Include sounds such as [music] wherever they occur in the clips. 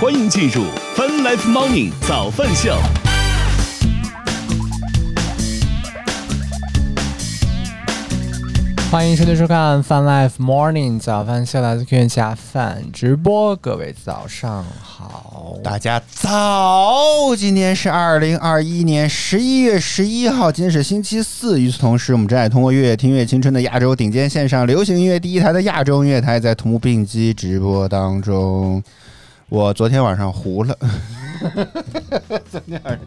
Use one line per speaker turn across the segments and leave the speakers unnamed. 欢迎进入 Fun Life Morning 早饭秀。
欢迎收听收看《Fun Life Morning 早饭秀》，来自 Q 下饭直播。各位早上好，
大家早！今天是二零二一年十一月十一号，今天是星期四。与此同时，我们正在通过“越听越青春”的亚洲顶尖线上流行音乐第一台的亚洲音乐台，在同步并机直播当中。我昨天晚上糊了， [laughs] 昨天晚上，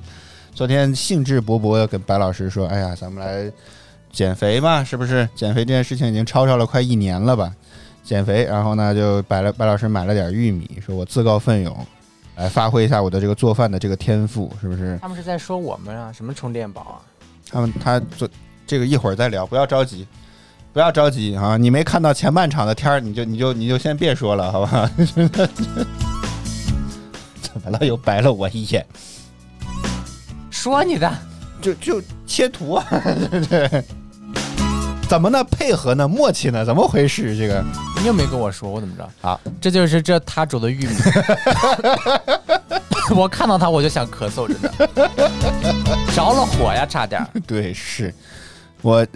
昨天兴致勃勃的跟白老师说：“哎呀，咱们来减肥吧，是不是？减肥这件事情已经吵吵了快一年了吧？减肥，然后呢，就白了白老师买了点玉米，说我自告奋勇。”来发挥一下我的这个做饭的这个天赋，是不是？
他们是在说我们啊，什么充电宝啊？
他们他做这个一会儿再聊，不要着急，不要着急啊！你没看到前半场的天儿，你就你就你就先别说了，好吧？ [laughs] 怎么了？又白了我一眼，
说你的，
就就切图啊！对对， [laughs] 怎么呢？配合呢？默契呢？怎么回事？这个
你又没跟我说，我怎么知道？
好，
这就是这他煮的玉米。 [laughs] 我看到他我就想咳嗽， [laughs] 真的着了火呀，差 [laughs] 点儿。
[laughs] 对是，我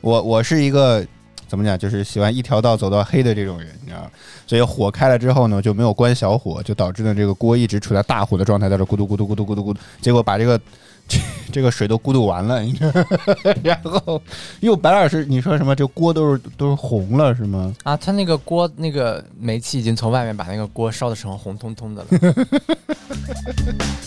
我我是一个怎么讲，就是喜欢一条道走到黑的这种人，你知道吗？所以火开了之后呢，就没有关小火，就导致呢这个锅一直处在大火的状态，在这咕嘟咕嘟咕嘟咕嘟咕嘟，结果把这个这个水都咕嘟完了，你知道吗 [laughs] 然后又白老师你说什么？这锅都是都是红了是吗？
啊，他那个锅那个煤气已经从外面把那个锅烧的成红彤彤 [laughs] 的了。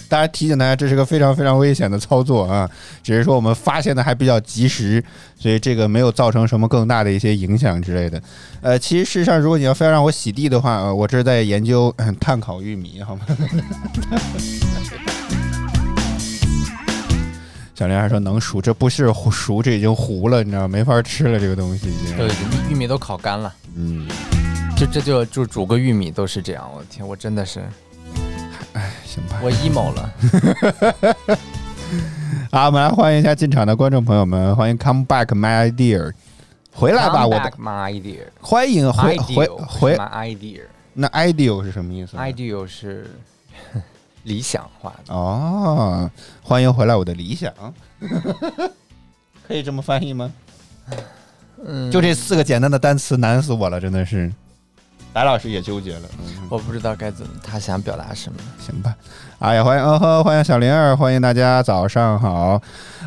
大家提醒大家，这是个非常非常危险的操作啊！ [laughs] 只是说我们发现的还比较及时，所以这个没有造成什么更大的一些影响之类的。呃，其实事实上，如果你要非要让我洗地的话，呃、我这是在研究、嗯碳烤玉米，好吗？ [laughs] 小玲还说能熟，这不是熟，这已经糊了，你知道吗没法吃了，这个东西已
对
经。，
玉米都烤干了。
嗯，
就这就就煮个玉米都是这样，我的天，我真的是
行吧。
我 emo
[laughs]
了。
好，我们来欢迎一下进场的观众朋友们，欢迎 Come Back My Idea，回来吧，我的
my idea
欢迎回回
ideal
回
是 my idea
那 ideal 是什么意思呢？
ideal [laughs] 是理想化的。
哦，欢迎回来，我的理 [laughs] 想，可以这么翻译吗？
嗯，
就这四个简单的单词难死我了，真的是。白老师也纠结了，嗯，
我不知道该怎么，他想表达什么。
行吧。哎呀，欢迎嗯呵，欢迎小灵儿，欢迎大家早上好。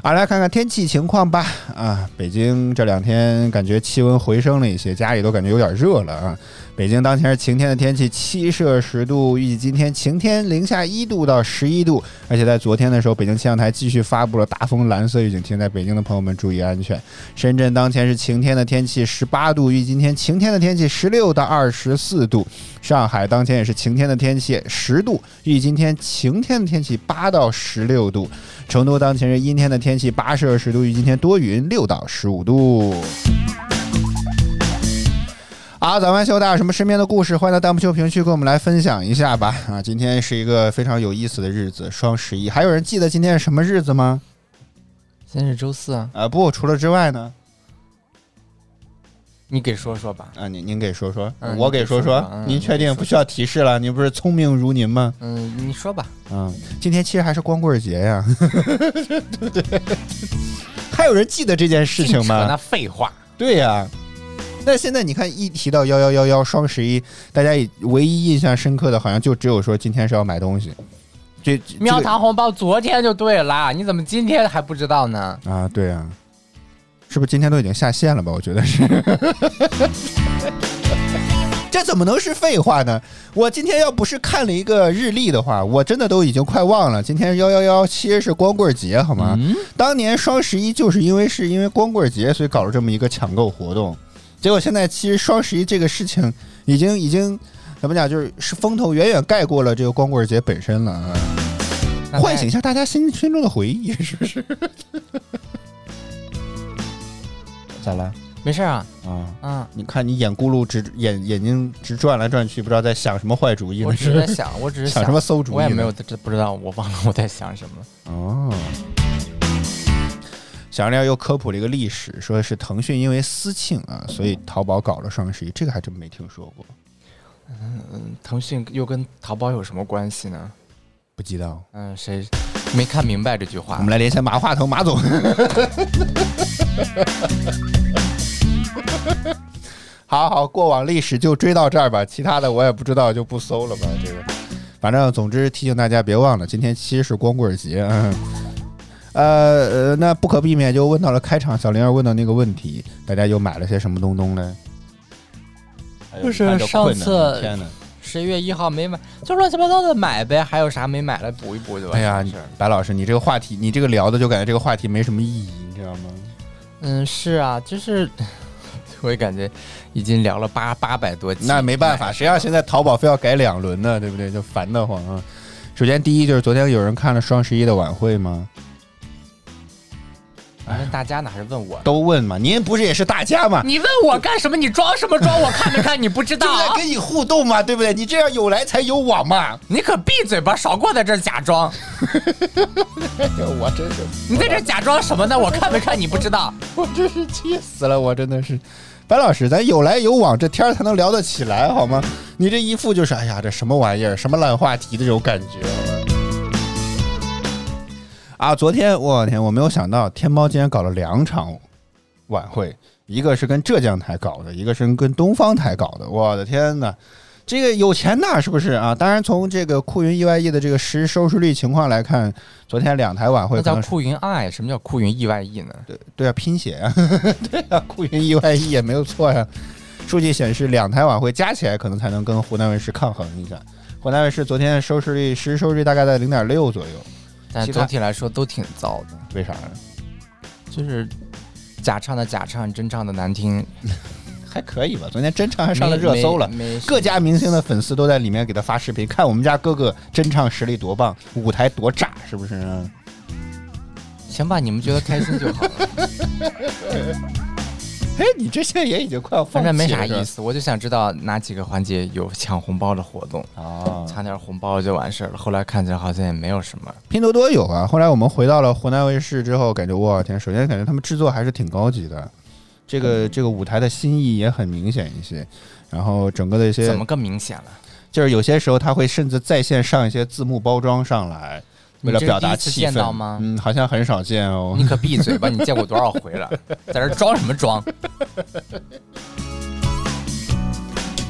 啊，来看看天气情况吧。啊，北京这两天感觉气温回升了一些，家里都感觉有点热了啊。北京当前是晴天的天气，七摄氏度，预计今天晴天，零下一度到十一度。而且在昨天的时候，北京气象台继续发布了大风蓝色预警，提醒在北京的朋友们注意安全。深圳当前是晴天的天气，十八度，预计今天晴天的天气，十六到二十四度。上海当前也是晴天的天气，十度，预计今天晴天的天气，八到十六度。成都当前是阴天的天气，八摄氏度，与今天多云，六到十五度。好，咱们秀大有什么身边的故事，欢迎到弹幕区评区跟我们来分享一下吧。啊，今天是一个非常有意思的日子，双十一。还有人记得今天是什么日子吗？
今天是周四啊，
啊、不，除了之外呢？
你给说说吧。
啊，您您给说说，
嗯
我给说
您给说说嗯
您确定不需要提示了？您不是聪明如您吗？
嗯，你说吧。
嗯，今天其实还是光棍节呀，对不对？还有人记得这件事情
净
吗？
扯那废话，
对呀、那现在你看，一提到幺幺幺幺双十一，大家也唯一印象深刻的，好像就只有说今天是要买东西。这这
喵堂红包昨天就对了，你怎么今天还不知道呢？
啊，对啊，是不是今天都已经下线了吧？我觉得是。 [laughs] 这怎么能是废话呢？我今天要不是看了一个日历的话，我真的都已经快忘了今天幺幺幺其实是光棍节，好吗？
嗯，
当年双十一就是因为是因为光棍节，所以搞了这么一个抢购活动。结果现在其实双十一这个事情已经已经怎么讲，就是是风头远远盖过了这个光棍节本身了啊！
那
唤醒一下大家心心中的
[laughs]
回忆，是不是？咋了？
没事啊，
啊！
嗯。
你看你眼咕噜直眼眼睛直转来转去，不知道在想什么坏主意
我
呢？
只
是
是在想，我只是
想什么馊主意呢？
我也没有这不知道，我忘了我在想什么了。
哦。小亮又科普了一个历史，说是腾讯因为私庆啊，所以淘宝搞了双十一，这个还真没听说过。
嗯，腾讯又跟淘宝有什么关系呢？
不知道。
嗯，谁没看明白这句
我
话
们？来连线马化腾马总。 [laughs] 好好，过往历史就追到这儿吧，其他的我也不知道，就不搜了吧。这个，反正总之提醒大家别忘了，今天其实是光棍节。嗯呃呃，那不可避免就问到了开场小灵儿问的那个问题，大家又买了些什么东东呢？
哎呦
就是
你看这
上
困难
次
天哪，
十一月一号没买，就乱七八糟的买呗，还有啥没买的补一补就完。
哎呀，你
是
白老师，你这个话题，你这个聊的就感觉这个话题没什么意义，你知道吗？
嗯，是啊，就是 [laughs] 我也感觉已经聊了八八百多集，
那没办法，谁让现在淘宝非要改两轮呢？对不对？就烦得慌啊！首先，第一就是昨天有人看了双十一的晚会吗？
哎问大家呢还是问
[laughs]
我？
都问嘛，您不是也是大家嘛？
你问我干什么？你装什么装？我看没看？你不知
[laughs] 就在跟你互动嘛，对不对？你这样有来才有往嘛！
你可闭嘴吧，少给我在这儿假装！
[laughs] 哎呦，我真是
你在这儿假装什么呢？我看没看？你不知
[laughs]
道？
我真是气死了，我真的是。白老师，咱有来有往，这天儿才能聊得起来，好吗？你这一副就是，哎呀，这什么玩意儿，什么烂话题的这种感觉。啊，昨天我天，我没有想到天猫竟然搞了两场晚会，一个是跟浙江台搞的，一个是跟东方台搞的。我的天呐，这个有钱呐，是不是啊？当然，从这个酷云 EYE 的这个实时收视率情况来看，昨天两台晚会
那
可能
叫
是
酷云爱，什么叫酷云意外意呢？
对啊，拼写啊， [laughs] 对啊，酷云 EYE 也没有错呀、数据显示，两台晚会加起来可能才能跟湖南卫视抗衡一下。湖南卫视昨天的收视率实时收视率大概在零点六左右，
但
其他
总体来说都挺糟的，
为啥呢？
就是假唱的假唱，真唱的难听，
还可以吧，昨天真唱还上了热搜了。
没没没
各家明星的粉丝都在里面给他发视频，看我们家哥哥真唱实力多棒，舞台多炸，是啊不是呢？ [laughs]
行吧，你们觉得开心就好了，
哎，你这现在也已经快要
反
放弃了，
正没啥意
思
思。我就想知道哪几个环节有抢红包的活动，
啊。
抢点红包就完事儿了。后来看起来好像也没有什么。
拼多多有啊。后来我们回到了湖南卫视之后，感觉我天，首先感觉他们制作还是挺高级的，这
嗯
个这个舞台的新意也很明显一些。然后整个的一些
怎么个明显了？
就是有些时候他会甚至在线上一些字幕包装上来，为了
你这
表
是第
达
一次
气
见到
氛
吗
嗯，好像很少见哦
你。
[laughs]
可闭嘴吧！你见过多少回了，在这儿装什么装？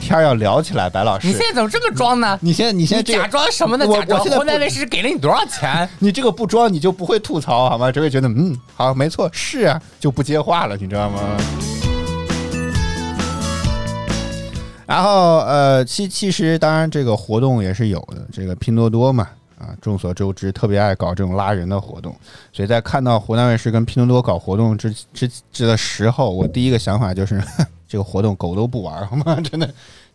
天儿要聊起来，白老师
你现，在怎么这么装呢？
你现在你现在
你
这
假
个。
装什么呢？
我
假装
我现在不
湖南卫视给了你多少钱？
你这个不装，你就不会吐槽好吗？只会觉得嗯，好，没错，是啊，就不接话了，你知道吗？然后呃，其其实当然这个活动也是有的，这个拼多多嘛。啊，众所周知，特别爱搞这种拉人的活动，所以在看到湖南卫视跟拼多多搞活动之之之的时候，我第一个想法就是， [laughs] 这个活动狗都不玩，好吗？真的，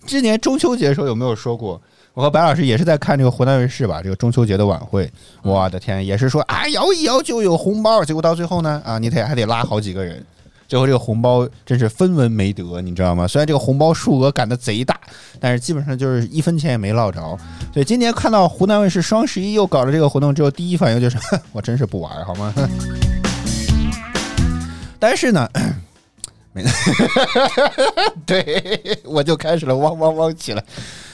之前中秋节的时候有没有说过？我和白老师也是在看这个湖南卫视吧，这个中秋节的晚会，我的天，也是说啊摇一摇就有红包，结果到最后呢，啊你得还得拉好几个人，最后这个红包真是分文没得，你知道吗？虽然这个红包数额赶得贼大，但是基本上就是一分钱也没落着。所以今年看到湖南卫视双十一又搞了这个活动之后，第一反应就是 [laughs] 哼我真是不玩儿好吗？ [laughs] 但是呢。 [coughs] 没， [laughs] 对，我就开始了，汪汪汪起来。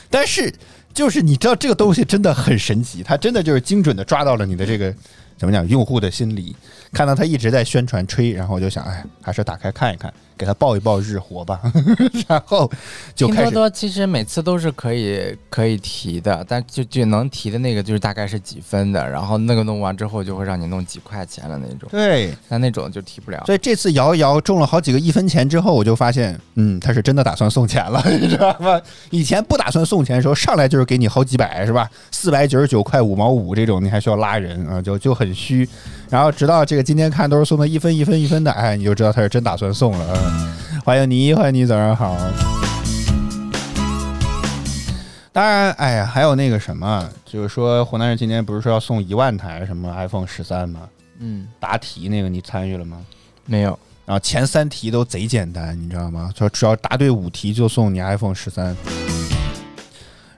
但是就是你知道这个东西真的很神奇，它真的就是精准的抓到了你的这个怎么讲用户的心理。看到他一直在宣传吹，然后我就想，哎，还是打开看一看，给他报一报日活吧。 [laughs] 然后 [laughs] 就
拼
开
多
始
多其实每次都是可以可以提的，但就就能提的那个就是大概是几分的，然后那个弄完之后就会让你弄几块钱的那种，
对，
但那种就提不了。
所以这次摇一摇中了好几个一分钱之后，我就发现，嗯，他是真的打算送钱了， [laughs] 你知道吗？以前不打算送钱的时候，上来就是给你好几百，是吧？四百九十九块五毛五这种，你还需要拉人啊，就就很虚。然后直到这个今天看都是送的一分一分一分的，哎，你就知道他是真打算送了。啊欢迎你，欢迎你，早上好。当然，哎呀，还有那个什么，就是说湖南人今天不是说要送一万台什么 iPhone 十三吗？
嗯，
答题那个你参与了吗？
没有，
然后啊前三题都贼简单，你知道吗？说只要答对五题就送你 iPhone 十三。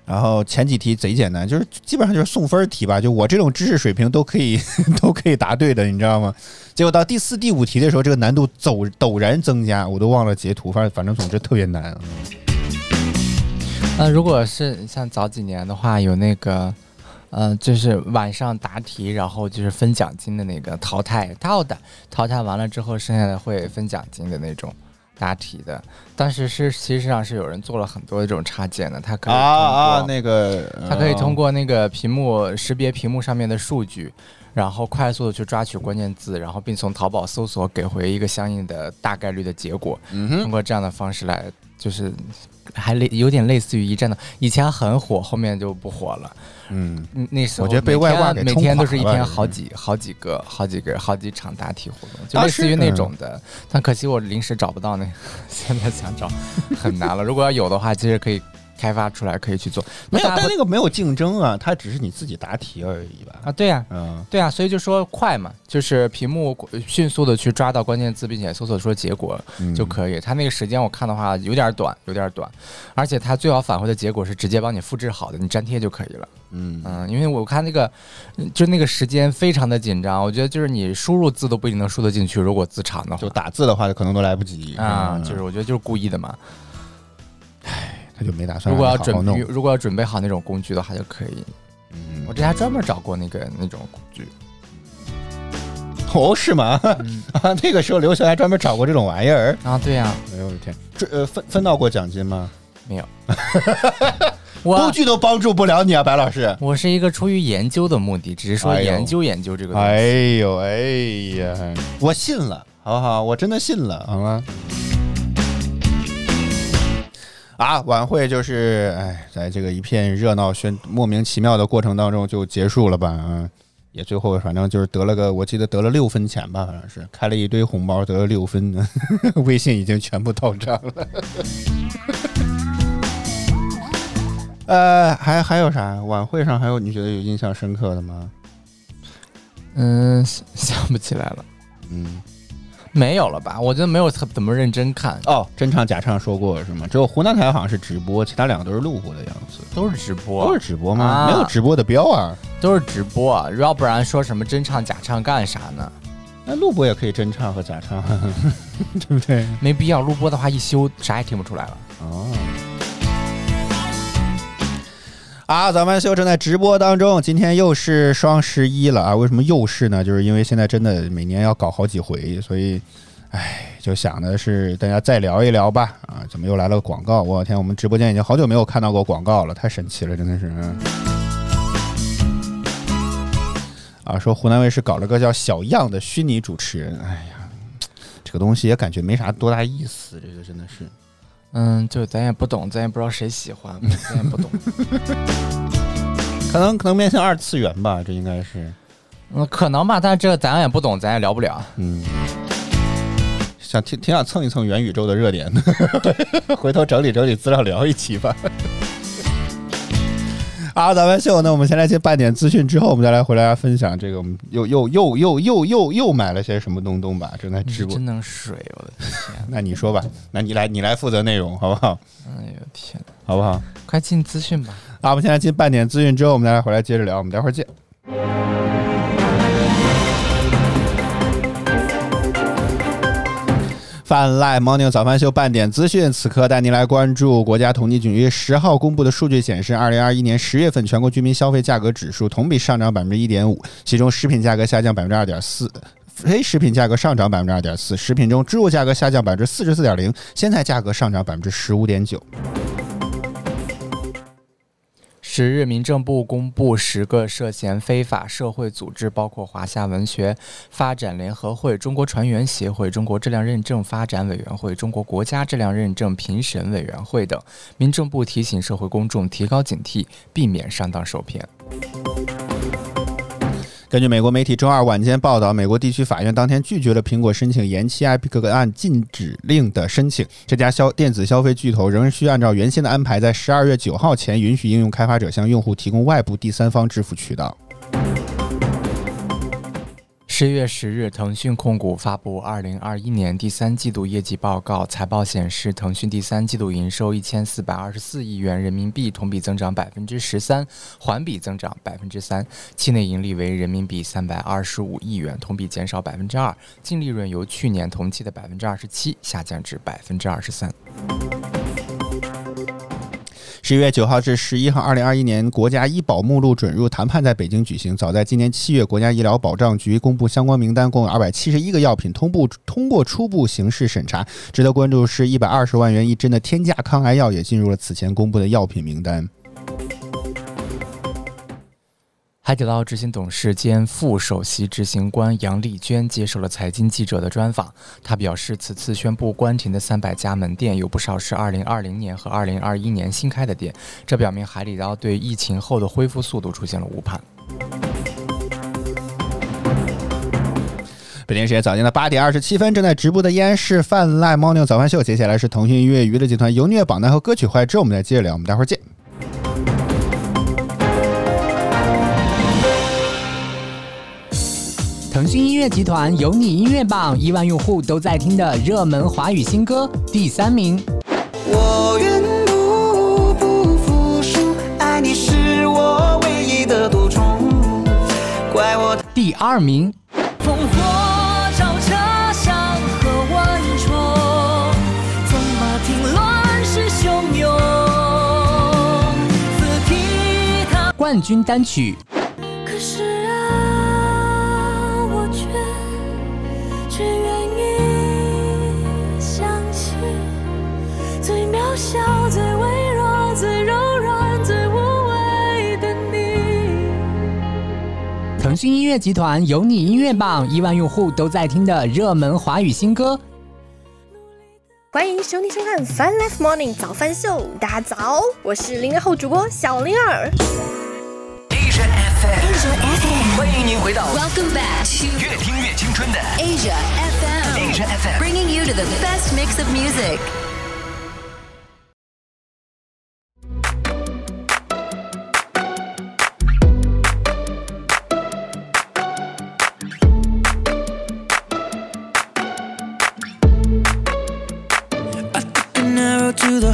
然后前几题贼简单，就是基本上就是送分题吧，就我这种知识水平都可以 [laughs] 都可以答对的，你知道吗？结果到第四、第五题的时候，这个难度啊陡陡然增加，我都忘了截图，反正反正总之特别难。
呃，如果是像早几年的话，有那个，呃，就是晚上答题，然后就是分奖金的那个淘汰淘汰淘汰完了之后，剩下的会分奖金的那种答题的。当时是其实上是有人做了很多这种插件的，他可以
啊啊，
通过
那个
它可以通
过
过那个屏幕识别屏幕上面的数据，然后快速的去抓取关键字，然后并从淘宝搜索给回一个相应的大概率的结果。
嗯
通
哼
过这样的方式来，就是还类有点类似于一站的，以前很火，后面就不火了。
嗯。
嗯那时候
我觉得被
每天
外挂给
每
冲
天
垮
都是一
了嗯
天
这
好
是
几好几个好几个好几场答题活动，就
啊
类似
是
于那
嗯
种的。但可惜我临时找不到那个， [laughs] 现在想找很难了。如果要有的话，其实可以开发出来，可以去做。那
没有，
大家
但
会
那个没有竞争啊，它只是你自己答题而已吧。
啊，对呀、
嗯，
对啊，所以就说快嘛，就是屏幕呃迅速的去抓到关键字，并且搜索出结果
嗯
就可以。它那个时间我看的话有点短，有点短，而且它最好返回的结果是直接帮你复制好的，你粘贴就可以了。
嗯
嗯，因为我看那个，嗯就那个时间非常的紧张，我觉得就是你输入字都不一定能输得进去，如果字长的话
就。打字的话，可能都来不及
啊、
嗯
就是我觉得就是故意的嘛。
他就没打算
如果要
让你好好
准备，
弄。
如果要准备好那种工具的话，就可以。
嗯
我之前还专门找过那个那种工具。
哦，是吗？
嗯
啊， [laughs] 那个时候刘翔还专门找过这种玩意儿。
啊，对呀、
哎呦我的天，这呃分分到过奖金吗？
没
[laughs]
有。
工
我
具都帮助不了你啊，白老师。
我是一个出于研究的目的，只是说
哎呦
研究研究这个东西。
哎呦哎呀，我信了，好不好？我真的信了，好吗？啊，晚会就是哎，在这个一片热闹喧莫名其妙的过程当中就结束了吧？啊，也最后反正就是得了个，我记得得了六分钱吧，好像是开了一堆红包，得了六分， [laughs] 微信已经全部到账了。 [laughs] 呃，还还有啥？晚会上还有你觉得有印象深刻的吗？
嗯，想想不起来了，
嗯，
没有了吧？我觉得没有特怎么认真看，
哦，真唱假唱说过是吗？只有湖南台好像是直播，其他两个都是录过的样子，
都是直播，
都是直播吗？
啊
没有直播的标啊，
都是直播，啊要不然说什么真唱假唱干啥呢？
那录播也可以真唱和假唱， [laughs] 对不对？
没必要，录播的话一修啥也听不出来了。
哦。啊，咱们秀正在直播当中，今天又是双十一了啊！为什么又是呢？就是因为现在真的每年要搞好几回，所以，哎，就想的是大家再聊一聊吧。啊，怎么又来了个广告？我天，我们直播间已经好久没有看到过广告了，太神奇了，真的是。嗯啊，说湖南卫视搞了个叫小样的虚拟主持人，哎呀，这个东西也感觉没啥多大意思，这个真的是。
嗯，就咱也不懂，咱也不知道谁喜欢，
嗯
咱也不
[laughs]
懂。
可能可能面向二次元吧，这应该是，
嗯，可能吧，但是这个咱也不懂，咱也聊不了。
嗯，想挺挺想蹭一蹭元宇宙的热点， [laughs] 回头整理整理资料聊一期吧。 [laughs] 啊，咱们秀，那我们先来接半点资讯，之后我们再来回来分享这个，我们又又又又又又又买了些什么东东吧，正在
你
直
是
播。
嗯真能水，我的天，
那你说吧，那你来你来负责内容，好不好？
哎呦天哪，
好不好？
快进资讯吧。
啊，我们现在进半点资讯之后，我们再来回来接着聊，我们待会儿见。泛滥 Morning 早饭秀半点资讯，此刻带您来关注国家统计局十号公布的数据显示，二零二一年十月份全国居民消费价格指数同比上涨百分之一点五，其中食品价格下降百分之二点四。非食品价格上涨百分之二点四，食品中猪肉价格下降百分之四十四点零，鲜菜价格上涨百分之十五点九。
十日，民政部公布十个涉嫌非法社会组织，包括华夏文学发展联合会、中国船员协会、中国质量认证发展委员会、中国国家质量认证评审委员会等。民政部提醒社会公众提高警惕，避免上当受骗。
根据美国媒体周二晚间报道，美国地区法院当天拒绝了苹果申请延期 Epic 案禁止令的申请。这家消电子消费巨头仍需按照原先的安排，在十二月九号前允许应用开发者向用户提供外部第三方支付渠道。
十月十日，腾讯控股发布二零二一年第三季度业绩报告。财报显示，腾讯第三季度营收一千四百二十四亿元人民币，同比增长百分之十三，环比增长百分之三。期内盈利为人民币三百二十五亿元，同比减少百分之二。净利润由去年同期的百分之二十七下降至百分之二十三。
十一月九号至十一号，二零二一年国家医保目录准入谈判在北京举行。早在今年七月，国家医疗保障局公布相关名单，共有二百七十一个药品通布通过初步形式审查。值得关注是，一百二十万元一针的天价抗癌药也进入了此前公布的药品名单。
海底捞执行董事兼副首席执行官杨丽娟接受了财经记者的专访。她表示，此次宣布关停的三百家门店，有不少是2020年和2021年新开的店，这表明海底捞对疫情后的恢复速度出现了误判。
北京时间早间的八点二十七分，正在直播的依然是泛滥猫牛早饭秀，接下来是腾讯音乐娱乐集团游虐榜单和歌曲坏之后，我们再接着聊，我们待会儿见。
腾讯音乐集团有你音乐榜，亿万用户都在听的热门华语新歌，第三名。
我愿步步服输，爱你是我唯一的独宠，怪我
第二名。
烽火照彻山河万重，纵马听乱世汹涌，自提他。
冠军单曲
可是啊，我却只愿意相信，最渺小、最微弱、最柔软、最无畏的你。
腾讯音乐集团有你音乐榜，亿万用户都在听的热门华语新歌，
欢迎收听收看《Fun Life Morning 早饭秀》，大家早，我是零零后主播小灵儿。
Asia FM，欢迎您回到
Welcome back to
越听越青春的
Asia FM,
Asia FM。
bringing you to the best mix of music.
an arrow to the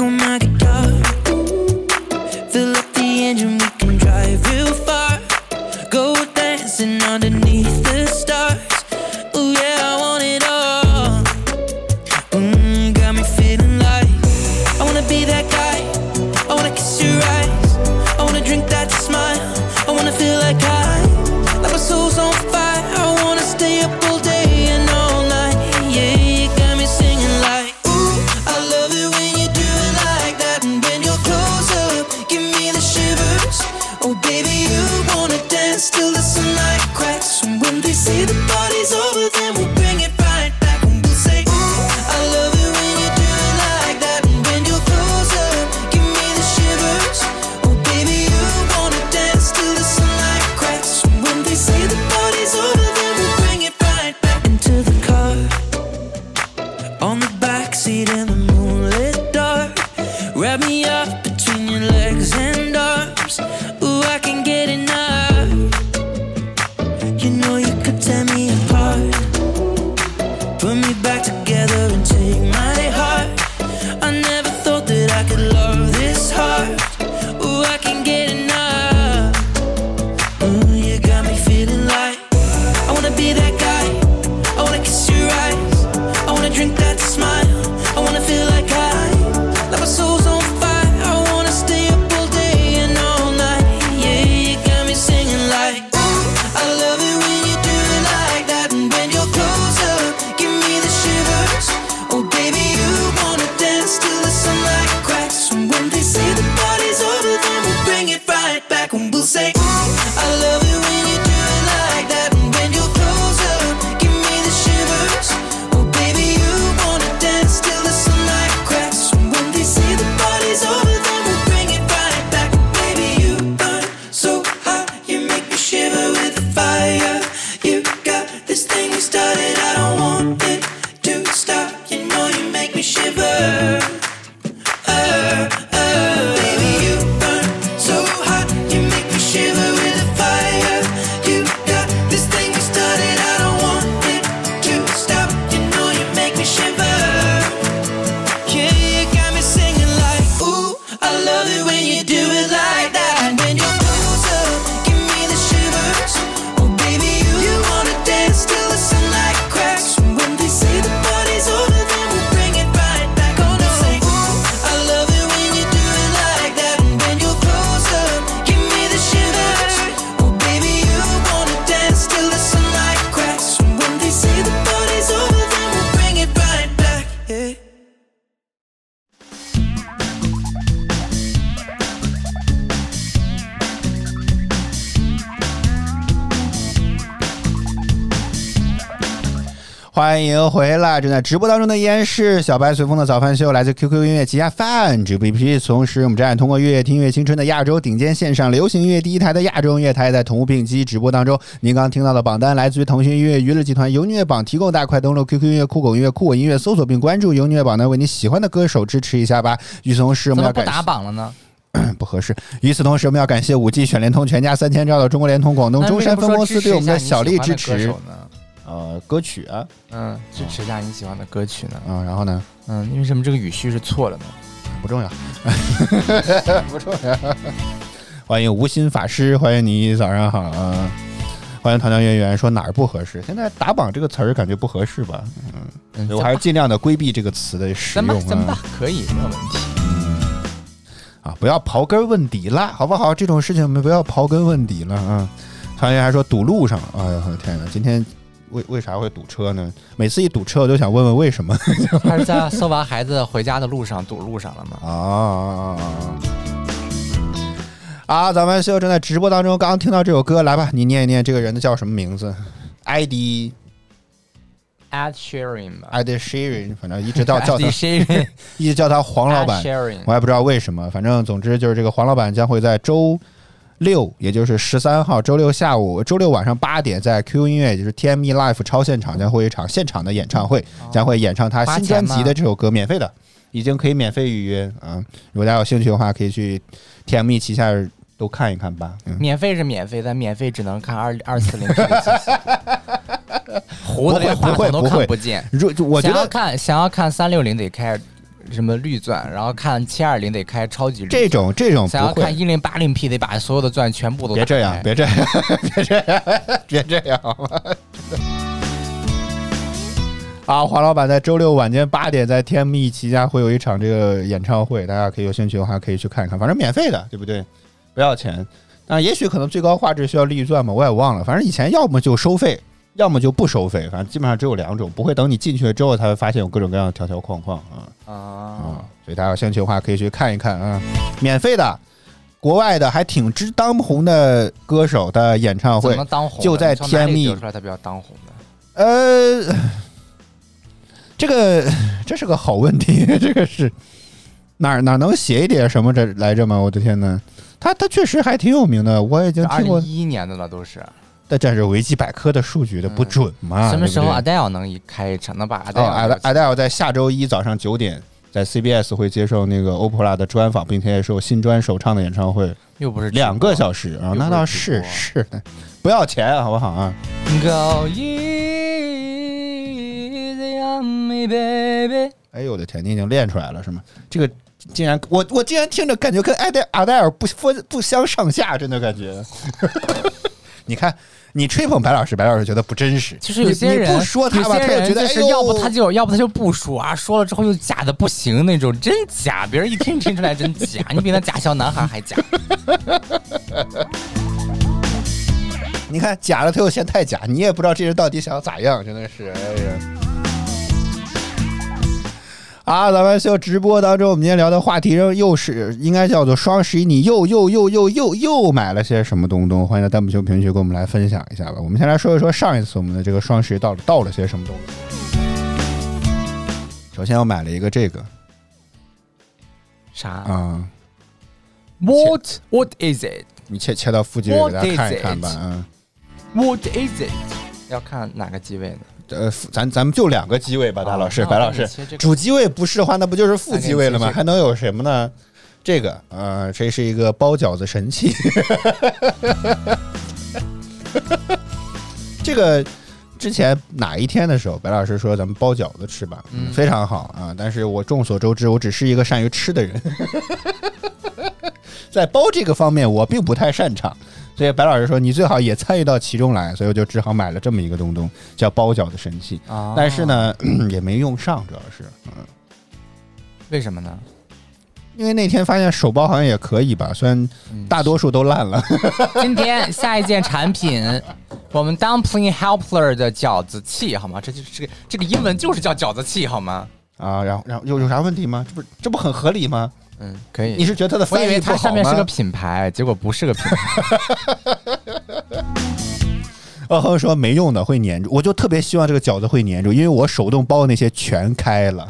on my guitar. Fill up the engine, we can drive real far. Go dancing underneath the stars. Ooh yeah, I want it all. Mm, got me feeling like I wanna be that guy. I wanna kiss your eyes. I wanna drink that smile. I wanna feel like I, like my soul's on fire. I wanna stay up all day and all night. Yeah, you got me singing like, Ooh, I love it when you do it like that. And when you're close up, give me the shivers. Oh, baby, you wanna dance till the sunlight cracks. And when they say the party's over, then we'll bring it right back. And we'll say, Ooh, I love it when you do it like that. And when you're close up, give me the shivers. Oh, baby, you wanna dance till the sunlight cracks. And when they say the party's over, then we'll bring it right back into the car. On the backseat in the moonlit dark. Wrap me up between your legs and arms. Ooh, I can get enough. You know you could tear me Mm, Oh, Oh, Oh, Oh, Oh,
欢迎回来！正在直播当中的依然是小白随风的早饭秀，来自 QQ 音乐旗下饭直播 APP。同时，我们站同过乐听乐青春的亚洲顶尖线上流行音乐第一台的亚洲音乐台，在同步并机直播当中。您刚刚听到的榜单来自于腾讯音乐娱乐集团由音乐榜提供，大家快登录 QQ 音乐、酷狗音乐、酷我音乐搜索并关注由音乐榜单，为你喜欢的歌手支持一下吧。与此同时，我
怎
们
么
要
不
感
打
谢。
榜了呢？
不合适。与此同时，我们要感谢五 G 选联通全家三千兆的中国联通广东
那
中
为什
山
么
分
不
公
说支
司
持
对我们
一
的
下你
小
喜
力
欢
支
的歌
持
手。呢？
呃，歌曲啊，
嗯，支持一下你喜欢的歌曲呢？
嗯，然后呢？
嗯，为什么这个语序是错了呢？
不重要， [laughs] 不重要。欢迎无心法师，欢迎你，早上好啊！欢迎团团圆圆，说哪儿不合适？现在打榜这个词儿感觉不合适吧？
嗯
嗯，我还是尽量的规避这个词的使
怎么
用
怎么
啊
吧，可以没有问
[laughs]
题。
啊！不要刨根问底啦，好不好？这种事情我们不要刨根问底了啊！团员还说堵路上，哎呀，我的天哪！今天为为啥会堵车呢？每次一堵车，我都想问问为什么 [laughs]
他是在送完孩子回家的路上堵路上了吗？
啊啊啊！啊啊！咱们秀正在直播当中，刚刚听到这首歌，来吧，你念一念这个人的叫什么名字？ID
Ed Sheeran 吧
ID Sheeran，反正一直
[laughs]
到哎叫
Ed
他， [laughs]
Sheeran，
一直叫他黄老板
Ed，Sheeran
我也不知道为什么，反正总之就是这个黄老板将会在周六，也就是十三号周六下午、周六晚上八点，在 QQ 音乐，也就是 TME Live 超现场将会有一场现场的演唱会，将会演唱他
哦花
新
钱
专
吗
辑的这首歌，免费的，已经可以免费预约啊、如果大家有兴趣的话，可以去 TME 旗下都看一看吧。嗯，
免费是免费，但免费只能看二二四零 P
[laughs]
的信息胡子连
不会
话筒都
不会
看不见。
如就我觉
想要
得
看想要看三六零得开什么绿钻，然后看七二零得开超级绿钻。
这种这种
想要
不
看
会。
一零八零 P 得把所有的钻全部都
别这样，
打开
别这样，别这样，别这样！啊，黄老板在周六晚间八点在天密旗下会有一场这个演唱会，大家可以有兴趣的话可以去看一看，反正免费的，对不对？不要钱。那也许可能最高画质需要绿钻吧，我也忘了。反正以前要么就收费，要么就不收费，反正基本上只有两种，不会等你进去了之后才会发现有各种各样的条条框框啊。
啊
啊，，所以大家有兴趣的话可以去看一看啊，免费的，国外的还挺知当红的歌手的演唱
怎
会
么，当红的？
就在
你从哪里
TME
得出来他比较当红的。
呃，这个这是个好问题， [laughs] 这个是哪儿哪儿能写一点什么这来着吗？我的天呐，他他确实还挺有名的，我已经
二
听
零
过，
一一年的了都是。
但这是维基百科的数据的不准嘛？
嗯什么
啊对不
时候
对
Adele 能一开一场？能把
哦，阿
Adele
黛阿黛尔在下周一早上九点在 CBS 会接受那个 Oprah 的专访，并且也是有新专首唱的演唱会，
又不是
两个小时
又，
啊
不
那
是
倒
直
是
播
是的，不要钱啊好不好啊？
时。Go easy on me, baby。
哎呦我的天，你已经练出来了是吗？这个竟然我我竟然听着感觉跟艾黛阿黛尔不分不相上下，真的感觉。 [laughs] 你看，你吹捧白老师，白老师觉得不真实。
其实有些
你
人
你不说他
有
吧，
些
他又
人
觉得
就
哎
是
呦
要不他就要不他就不说啊，说了之后又假的不行那种，真假，别人一听听出来真假，你比那假小男孩还
[laughs]
假。
啊你看假了，他又嫌太假，你也不知道这人到底想咋样，真的是，哎呀。啊，咱们秀直播当中，我们今天聊的话题又又是应该叫做双十一，你又又又又又又买了些什么东东？欢迎在弹幕区、评论区跟我们来分享一下吧。我们先来说一说上一次我们的这个双十一到底到了些什么东西。首先，我买了一个这个
啥
啊、
？What What is it?
你切切到副机位给大家看一看吧
What is it？
啊。
What is it? 要看哪个机位呢？
呃，副咱咱们就两个机位吧，大老师，
哦
白老
那
师
你切这，个
主机位不是的话，那不就是副机位了
那
吗？
你切这个
还能有什么呢？这个，呃，这是一个包饺子神器， [laughs] 这个之前哪一天的时候，白老师说咱们包饺子吃吧，
嗯
非常好啊。但是我众所周知，我只是一个善于吃的人， [laughs] 在包这个方面我并不太擅长，所以白老师说你最好也参与到其中来，所以我就只好买了这么一个东东，叫包饺子神器。
啊
但是，呢， [clears throat] 也没用上，主要是，嗯，
为什么呢？
因为那天发现手包好像也可以吧，虽然
嗯
大多数都烂了。
[laughs]
[laughs]
今天下一件产品，我们 Dumpling Helper 的饺子器，好吗？这就是这个这个英文就是叫饺子器，好吗？
啊，然后然后有有啥问题吗？这不这不很合理吗？
嗯，可以。
你是觉得它的
我
翻
以为
译不
它
好
上
吗
面是个？品牌，结果不是个品牌。
哦哼说没用的，会粘住。我就特别希望这个饺子会粘住，因为我手动包的那些全开了，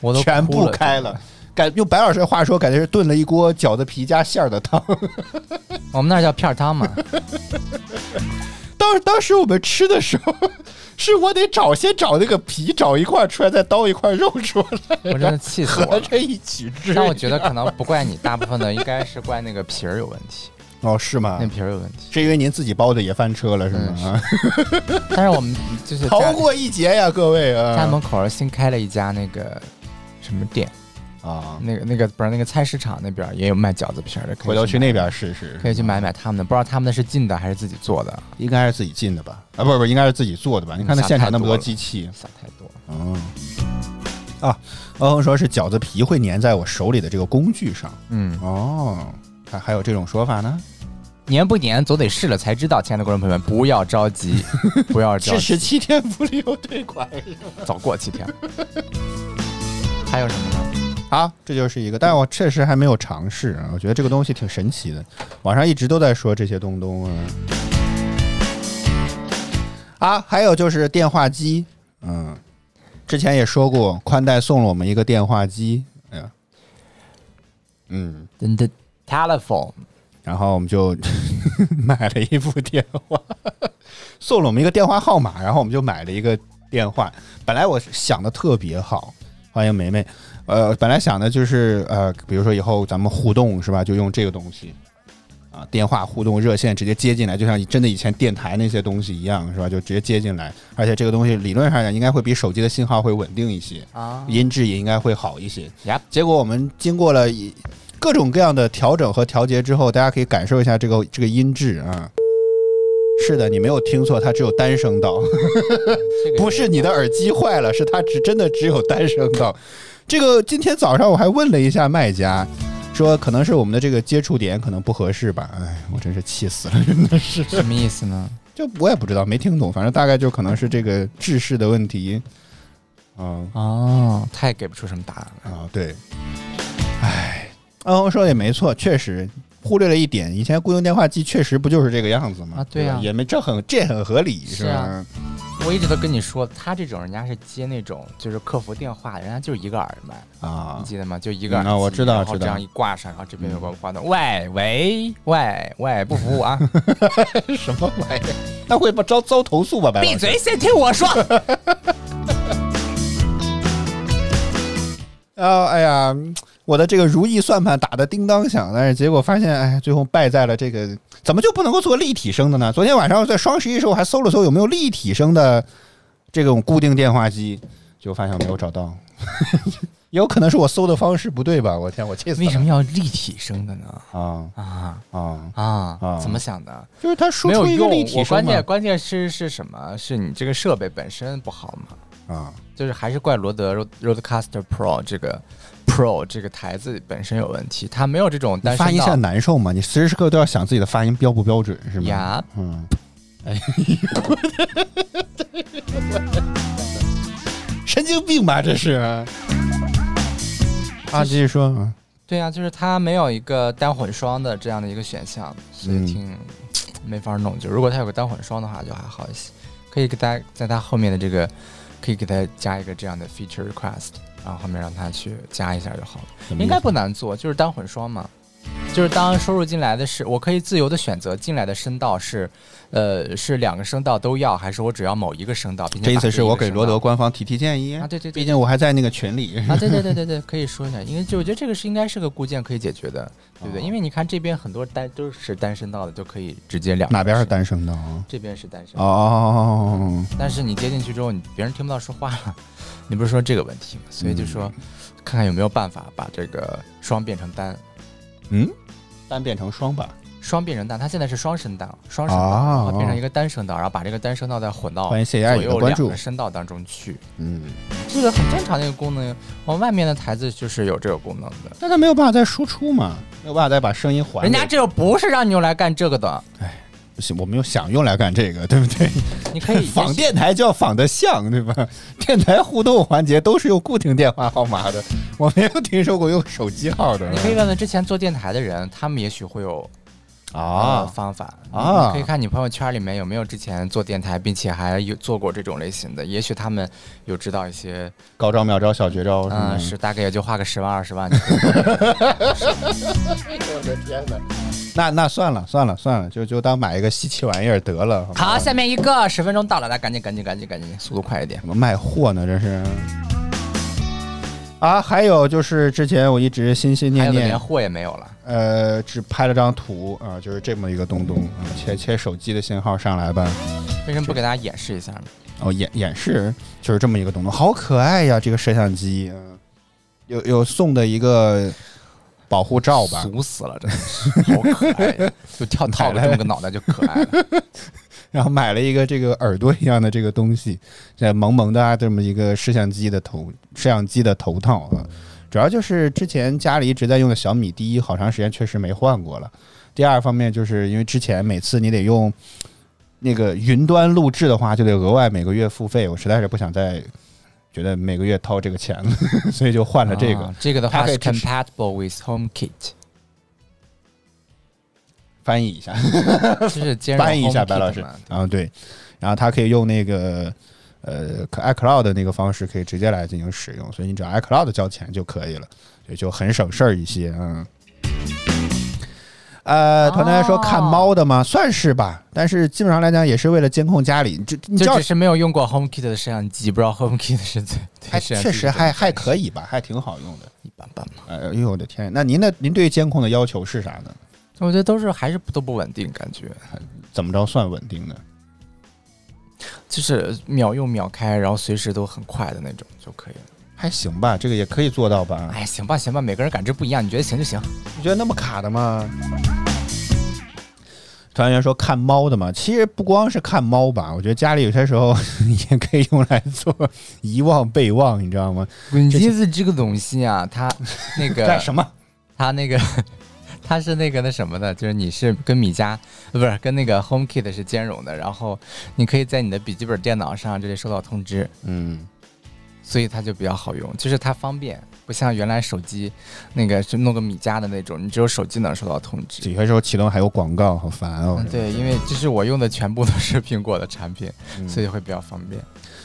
我都
[laughs] 全
哭
部
了
开了。感用白老师的话说，感觉是炖了一锅饺子皮加馅儿的汤。
我们那儿叫片儿汤
[laughs]
嘛。
当当时我们吃的时候，是我得找先找那个皮，找一块出来，再刀一块肉出来，
我真的气死我了
合着一起
[laughs]
吃。
但我觉得可能不怪你，大部分的应该是怪那个皮儿有问
[laughs]
题，
哦，是吗
那？皮儿有问题。
是因为您自己包的也翻车了是吗？
但是我们
[laughs]
就是
逃
家
过一劫呀，各位啊！
家门口儿新开了一家那个什么店，
啊，
那个那个不是那个菜市场那边儿也有卖饺子皮儿的，可以
回头去
买
那边试试，
可以去买买他们的，不知道他们的是进的还是自己做的。
应该是自己进的吧？啊，不是不是，应该是自己做的吧？你看那
想
现场
太
那么
多
多
了
机器，
想太多了，
嗯，啊，欧恒说是饺子皮会粘在我手里的这个工具上。
嗯，
哦，还还有这种说法呢？
粘不粘总得试了才知道。亲爱的观众朋友们，不要着
[laughs]
急，不要着
是
急，
十七天无理由退款。
早过七
[laughs]
天。还有什么呢？
好，这就是一个，但我确实还没有尝试啊。我觉得这个东西挺神奇的，网上一直都在说这些东东啊。啊，还有就是电话机，嗯，之前也说过，宽带送了我们一个电话机，哎呀，嗯，
真的 telephone
然后我们就 [laughs] 买了一部电话，送了我们一个电话号码，然后我们就买了一个电话。本来我想的特别好，欢迎梅梅。呃，本来想的就是呃，比如说以后咱们互动是吧，就用这个东西啊，电话互动热线直接接进来，就像真的以前电台那些东西一样是吧，就直接接进来。而且这个东西理论上讲应该会比手机的信号会稳定一些，
啊，
音质也应该会好一些。
Yep
结果我们经过了一各种各样的调整和调节之后，大家可以感受一下这个这个音质啊。是的，你没有听错，它只有单声道，不是你的耳机坏了，是它只真的只有单声道。这个今天早上我还问了一下卖家，说可能是我们的这个接触点可能不合适吧。哎，我真是气死了，真的是。
什么意思呢？
就我也不知道，没听懂，反正大概就可能是这个制式的问题。嗯，
哦，他也给不出什么答案了。
啊，对，哎，欧欧说的也没错，确实忽略了一点，以前公用电话机确实不就是这个样子吗？
啊对啊
吧也没这很这很合理，
是
吧？
啊我一直都跟你说，他这种人家是接那种就是客服电话，人家就是一个耳麦，你
啊，
记得吗？就一个耳
嗯
机，
啊我知道
然后
知
这
道嗯
样一挂上，然后这边有个话筒，喂喂喂喂，不服务
[laughs]
啊！ [laughs]
什么玩意儿？那会不遭遭投诉吧？白老师
闭！嘴，先听
[laughs]
我说。
啊，哎呀，我的这个如意算盘打的叮当响，但是结果发现，哎，最后败在了这个，怎么就不能够做立体声的呢？昨天晚上在双十一的时候我还搜了搜有没有立体声的这种固定电话机，就发现我没有找到， [laughs] 有可能是我搜的方式不对吧？我天，我气死了！
为什么要立体声的呢？
啊
啊
啊？
啊
啊！
怎么想的？
就是他说
没有
出一个
用
立。体
我
声
关
嘛
键关键是是什么？是你这个设备本身不好嘛？
啊
就是还是怪罗德 Rode- Rodecaster Pro 这个 Pro 这个台子本身有问题，它没有这种
你
单
发
声
音现在
道。
难受吗？你时时刻刻都要想自己的发音标不标准是吗？
呀，
嗯，哎呦， [laughs] 神经病吧，这是。啊，继续说啊，
对呀、就是它没有一个单混双的这样的一个选项，所以
嗯
挺、没法弄。就如果它有个单混双的话，就还好一些，可以给它在它后面的这个，可以给它加一个这样的 feature request，然后后面让它去加一下就好了。
怎么
应该
意思
不难做，就是单混双嘛。就是当收入进来的是，我可以自由的选择进来的声道是，呃，是两个声道都要，还是我只要某一个声道？并且
这一
把
次是
一个
我给
声
罗
道
德官方提提建议
啊，对对对，
毕竟我还在那个群里。 [laughs]
啊，对对对对对，可以说一下，因为就我觉得这个是应该是个固件可以解决的，对不对？
哦
因为你看这边很多单都是单声道的，都可以直接两
哪边是
声？
单声道啊？
这边是单声
哦，哦
但是你接进去之后，你别人听不到说话了，你不是说这个问题吗？所以就说看看有没有办法把这个双变成单，
嗯，单变成双吧。
双变成单，它现在是双声道，双声道，
啊
然后变成一个单声道，然后把这个单声道再混到
欢迎谢谢爱
左
你的
右
关
两
注
个。声道当中去，
嗯，
这个很正常的一个功能。往外面的台子就是有这个功能的。
但他没有办法再输出嘛，没有办法再把声音还给。
人家这个不是让你用来干这个的，
不行，我们又想用来干这个，对不
[laughs]
对？
你可以
仿电台就要仿得像，对吧？电台互动环节都是用固定电话号码的，我没有听说过用手机号的
你可以问问之前做电台的人，他们也许会有
啊
呃方法
啊
你可以看你朋友圈里面有没有之前做电台，并且还有做过这种类型的，也许他们有知道一些，
高招、妙招、小绝
嗯、
招，吗
是大概也就花个十万二十万就可以了。
我的天哪！那那算了算了算了，就就当买一个稀奇玩意儿得了。好吧
[laughs] 好，下面一个十分钟到了，来赶紧赶紧赶紧赶紧，速度快一点
怎。么卖货呢？这是啊，还有就是之前我一直心心
还
念
有的
念
连，货也没有了，
呃，只拍了张图啊、就是这么一个东东啊，切切手机的信号上来吧。
为什么不给大家演示一下呢？
哦，演演示就是这么一个东东，好可爱呀！这个摄像机，嗯，有有送的一个保护罩吧，
俗死了，真的是好可爱呀，就跳 [laughs] 套个这么个脑袋就可爱了。
然后买了一个这个耳朵一样的这个东西，现在萌萌的、啊、这么一个摄像机的头，摄像机的头套啊，主要就是之前家里一直在用的小米，第一好长时间确实没换过了，第二方面就是因为之前每次你得用那个云端录制的话，就得额外每个月付费，我实在是不想再觉得每个月掏这个钱了， [laughs] 所以就换了这个。
啊 [laughs] 这个的话
它可
是
以支持
compatible with [laughs] HomeKit，
翻译一下，
就是兼容
翻译一下
HomeKit
白老师
嘛
啊，对，然后它可以用那个呃可 iCloud 的那个方式，可以直接来进行使用，所以你只要 iCloud 交钱就可以了，也就很省事儿一些，嗯。呃，团队说看猫的吗？算是吧，但是基本上来讲也是为了监控家里，这你知
就
道
只，是没有用过 HomeKit 的摄像机，不知道 HomeKit 是怎
还
对摄像机
哎确实
是
还还可以吧，还挺好用的。
一般般嘛。
呃，哎呦我的天，那您的您对监控的要求是啥呢？
我觉得都是还是都不稳定，感觉
怎么着算稳定呢？
就是秒用秒开，然后随时都很快的那种就可以了。
还行吧，这个也可以做到吧？
哎，行吧行吧，每个人感知不一样，你觉得行就行。
你觉得那么卡的吗？团员说看猫的嘛，其实不光是看猫吧，我觉得家里有些时候 [laughs] 也可以用来做遗忘备忘，你知道吗？
滚机子这个东西啊，它那个
[laughs] 干什么？
它那个它是那个那什么的，就是你是跟米家呃不是跟那个 HomeKit 是兼容的，然后你可以在你的笔记本电脑上这里收到通知，
嗯，
所以它就比较好用，就是它方便，不像原来手机那个是弄个米家的那种，你只有手机能收到通知。
有些时候启动还有广告，好烦哦
嗯，。对，因为就是我用的全部都是苹果的产品，
嗯
所以会比较方便。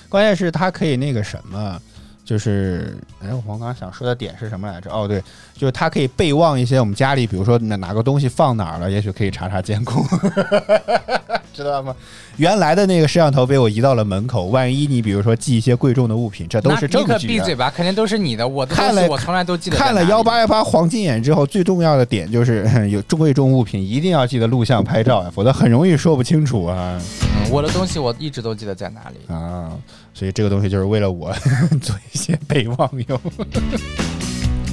关键是它可以那个什么，就是哎，我刚刚想说的点是什么来着？哦，对，就是它可以备忘一些我们家里，比如说哪哪个东西放哪儿了，也许可以查查监控， [laughs] 知道吗？原来的那个摄像头被我移到了门口，万一你比如说寄一些贵重的物品，这都是证
那你可
据
闭嘴
啊。
吧，肯定都是你的，我的
看
东西
了
我从来都记得在
看
哪
了
里嗯
幺八幺八黄金眼之后，最重要的点就是 [laughs] 哼有贵重物品一定要记得录像拍照啊，否则很容易说不清楚啊。
嗯我的东西我一直都记得在哪里。
啊，所以这个东西就是为了我 [laughs] 做一些备忘用。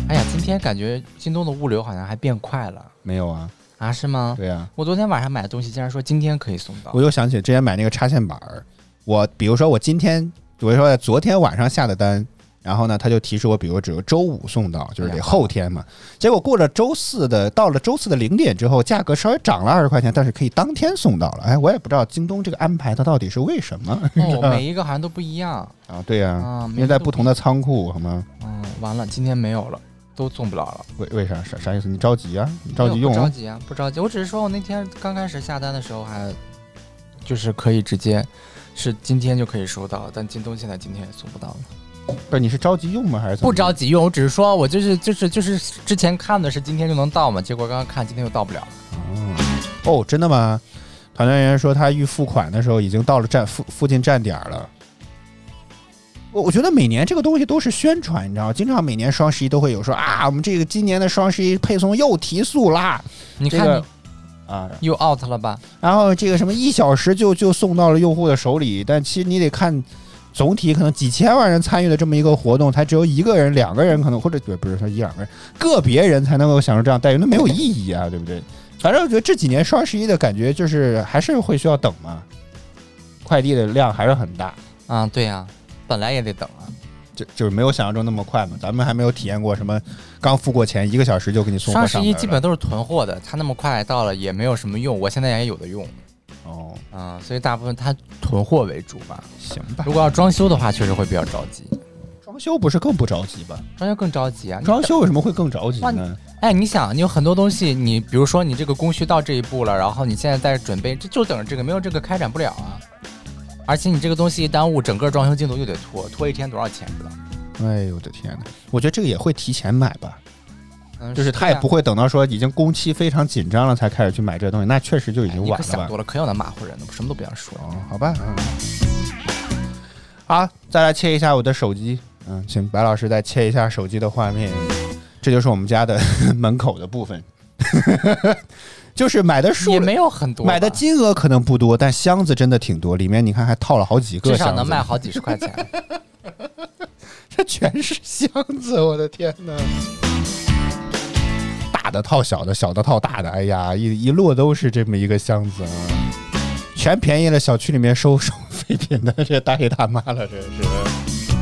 哎呀，今天感觉京东的物流好像还变快了
没有啊，
啊？是吗？
对啊，
我昨天晚上买的东西竟然说今天可以送到
我，又想起之前买那个插线板儿，我比如说我今天，比如说昨天晚上下的单，然后呢，他就提示我，比如只有周五送到，就是得后天嘛。结果过了周四的，到了周四的零点之后，价格稍微涨了二十块钱，但是可以当天送到了。哎，我也不知道京东这个安排它到底是为什么
哦，每一个好像都不一样。
[laughs] 啊？对呀、
啊
嗯因为在不同的仓库，好吗？
嗯，完了，今天没有了，都送不了了。
为为啥啥啥意思？你着急啊？你着急用
没有不
啊
着？急啊，不着急。我只是说我那天刚开始下单的时候还就是可以直接是今天就可以收到，但京东现在今天也送不到了。
啊不是你是着急用吗？还是怎么
不着急用，我只是说我就是就是就是之前看的是今天就能到嘛，结果刚刚看今天又到不了了。
哦，真的吗？团队人员说他预付款的时候已经到了站附附近站点儿了。我我觉得每年这个东西都是宣传，你知道吗，经常每年双十一都会有说啊，我们这个今年的双十一配送又提速啦，
你
这
看你、
个啊，
又 out 了吧？
然后这个什么一小时就就送到了用户的手里，但其实你得看总体，可能几千万人参与的这么一个活动，才只有一个人、两个人可能或者不不是说一两个人，个别人才能够享受这样待遇，那没有意义啊，对不对？反正我觉得这几年双十一的感觉就是还是会需要等嘛，快递的量还是很大，
啊，对呀、本来也得等啊。
就就是没有想象中那么快嘛。咱们还没有体验过什么刚付过钱一个小时就给你送货
双十
上
一
门
基
了
本都是囤货的，它那么快到了也没有什么用，我现在也有的用
哦，
啊，所以大部分它囤货为主吧。
行吧
如。果要装修的话，确实会比较着急。
装修不是更不着急吧？
装修更着急啊！你
装修为什么会更着急
哇
呢？
哎，你想，你有很多东西，你比如说你这个工序到这一步了，然后你现在在准备，这就等着这个，没有这个开展不了啊。而且你这个东西一耽误，整个装修进度又得拖，拖一天多少钱知道吗？
哎呦我的天哪！我觉得这个也会提前买吧，
嗯，
就是他也
这样
不会等到说已经工期非常紧张了才开始去买这个东西，那确实就已经
哎你
晚
可
了吧
想多？了，可有那马虎人了，什么都不想说。
好吧，嗯。好，再来切一下我的手机，嗯，请白老师再切一下手机的画面。这就是我们家的 [laughs] 门口的部分， [laughs] 就是买的数
也没有啊很多吧，
买的金额可能不多，但箱子真的挺多，里面你看还套了好几个
至
箱子，
少能卖好几十块 [laughs] 钱。
这全是箱子，我的天哪！大的套小的，小的套大的，哎呀，一一摞都是这么一个箱子啊，全便宜了小区里面收 [laughs] 收废品的这大爷大妈了，这是。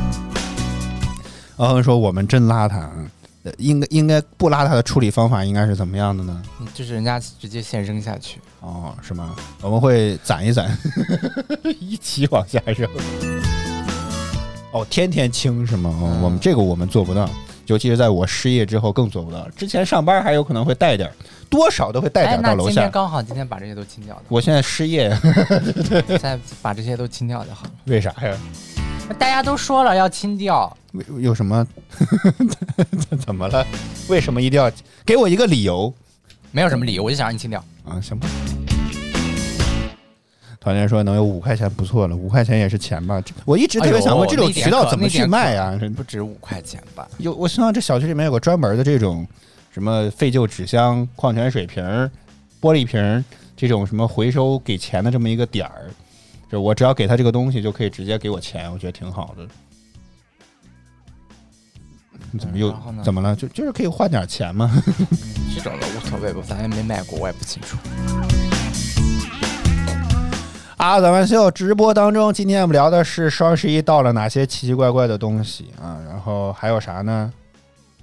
然后说我们真邋遢，啊，呃应该应该不邋遢的处理方法应该是怎么样的呢？
嗯就是人家直接先扔下去。
哦，是吗？我们会攒一攒， [laughs] 一起往下扔。哦，天天清是吗？哦，我们这个我们做不到，尤其是在我失业之后更做不到。之前上班还有可能会带点儿，多少都会带点
哎，
儿
那
到楼
今
下
天。刚好今天把这些都清掉
我现在失业， [laughs]
的，再把这些都清掉就好了。
为啥呀？
大家都说了要清掉，
为有什么？ [laughs] 怎么了？为什么一定要给我一个理由？
没有什么理由，我就想让你清掉。
啊，行吧。团员说能有五块钱不错了，五块钱也是钱吧？这我一直特别想问，
哎
这
呦
种渠道怎么去卖
那
啊？这
点可不止五块钱吧？
有，我希望这小区里面有个专门的这种什么废旧纸箱、矿泉水瓶儿、玻璃瓶儿这种什么回收给钱的这么一个点儿，就我只要给他这个东西就可以直接给我钱，我觉得挺好的。你怎么又
哎然后呢
怎么了？就就是可以换点钱嘛。
这种的无所谓吧，咱也没买过，我也不清楚。
啊，咱们秀直播当中，今天我们聊的是双十一到了哪些奇奇怪怪的东西啊，然后还有啥呢？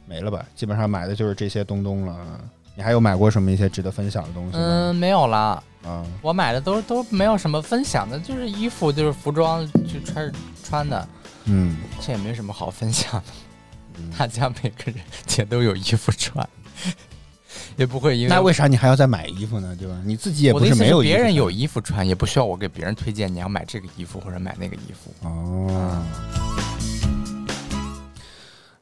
没了吧？基本上买的就是这些东东了。啊你还有买过什么一些值得分享的东西吗？
嗯，没有啦，
啊，
我买的都都没有什么分享的，就是衣服，就是服装，就穿穿的，
嗯，
这也没什么好分享的。大家每个人也都有衣服穿，也不会因为
那为啥你还要再买衣服呢？对吧？你自己也
我
不
的意思
没有衣服
别人有
穿
衣服穿，也不需要我给别人推荐你要买这个衣服或者买那个衣服。
哦。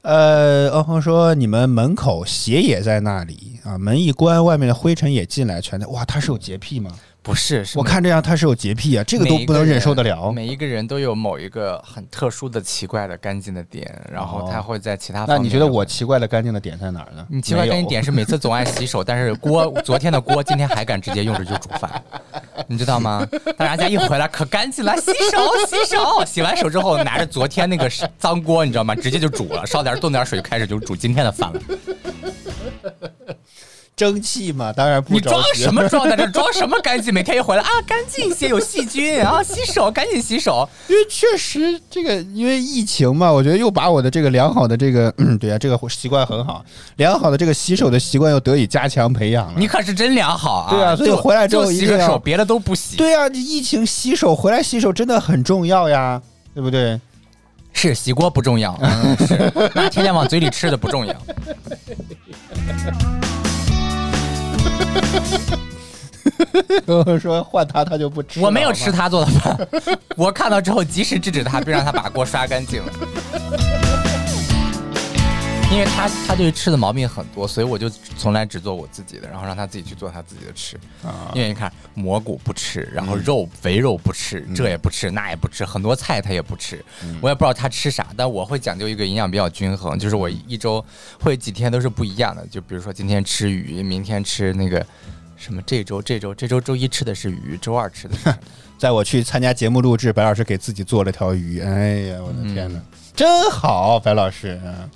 呃，欧鹏说你们门口鞋也在那里啊，门一关，外面的灰尘也进来，全在。哇，他是有洁癖吗？
不是，是
我看这样他是有洁癖啊，这个都
每一
不能
人
忍受得了。
每一个人都有某一个很特殊的、奇怪的、干净的点，然后他会在其他方面。
哦那你觉得我？奇怪的干净的点在哪儿呢？
你奇怪
没有
跟你点是每次总爱洗手，但是锅昨天的锅今天还敢直接用着就煮饭，你知道吗？大家家一回来可干净了，洗手洗手，洗完手之后拿着昨天那个脏锅，你知道吗？直接就煮了，烧点炖点水就开始就煮今天的饭了。
蒸汽嘛，当然不
你
着
装
急
什么装在这儿装什么干净？每天一回来啊，干净一些，有细菌啊，洗手赶紧洗手。
因为 [laughs] 确实这个因为疫情嘛，我觉得又把我的这个良好的这个， [clears throat] 嗯、对啊，这个习惯很好，良好的这个洗手的习惯又得以加强培养了。
你可是真良好啊！
对啊所以
就
回来之后
就
一
洗
定
个
要
手，别的都不洗。，
对啊，你疫情洗手回来洗手真的很重要呀，对不对？ [laughs]
是洗锅不重要，嗯、是拿天天往嘴里吃的不重要。
说换他他就不吃了，
我没有吃
好吗。
他做的饭， [laughs] 我看到之后及时制止他，并让他把锅刷干净。因为他他对吃的毛病很多，所以我就从来只做我自己的，然后让他自己去做他自己的吃。
啊
因为你看蘑菇不吃，然后
嗯
肉肥肉不吃，这也不吃那也不吃，很多菜他也不吃。
嗯
我也不知道他吃啥，但我会讲究一个营养比较均衡，就是我一周会几天都是不一样的。就比如说今天吃鱼，明天吃那个什么，这周这周这周周一吃的是鱼，周二吃的是什么
在我去参加节目录制，白老师给自己做了条鱼，哎呀，我的
嗯
天哪，真好，白老师。嗯
呃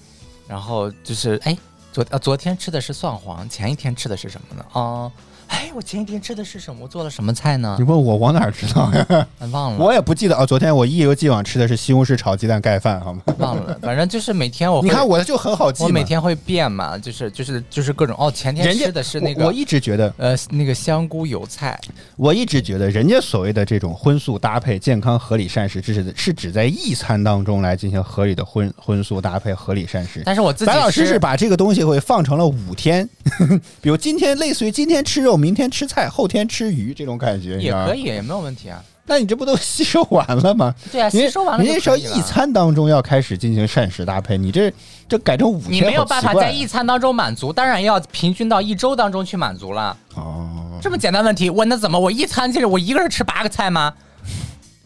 然后就是哎，昨啊昨天吃的是蒜黄，前一天吃的是什么呢？啊、哎，我前一天吃的是什么？我做了什么菜呢
你？问我我哪知道
[laughs]
呀？
忘了，
我也不记得哦。昨天我一如既往吃的是西红柿炒鸡蛋盖饭，好吗？
忘
[laughs]
了，反正就是每天我会
你看我的就很好记嘛
我每天会变嘛，就是就是就是各种哦，前天
人家
吃的是那个
我，我一直觉得，
呃，那个香菇油菜，
我一直觉得人家所谓的这种荤素搭配、健康合理膳食，这是是指在一餐当中来进行合理的荤荤素搭配、合理膳食。
但是我自己
白老师
吃
是把这个东西会放成了五天， [laughs] 比如今天类似于今天吃肉，明天吃菜，后天吃鱼这种感觉，你知
也
道吗
可以，。也没有问题啊。
那你这不都吸收完了吗？
[laughs] 对啊
您
吸收完了
您
就
那时候
可以了
一餐当中要开始进行膳食搭配，你这这改成五天，
你没有办法
好奇怪
在一餐当中满足，当然要平均到一周当中去满足了。
哦，
这么简单问题，我那怎么我一餐就是我一个人吃八个菜吗？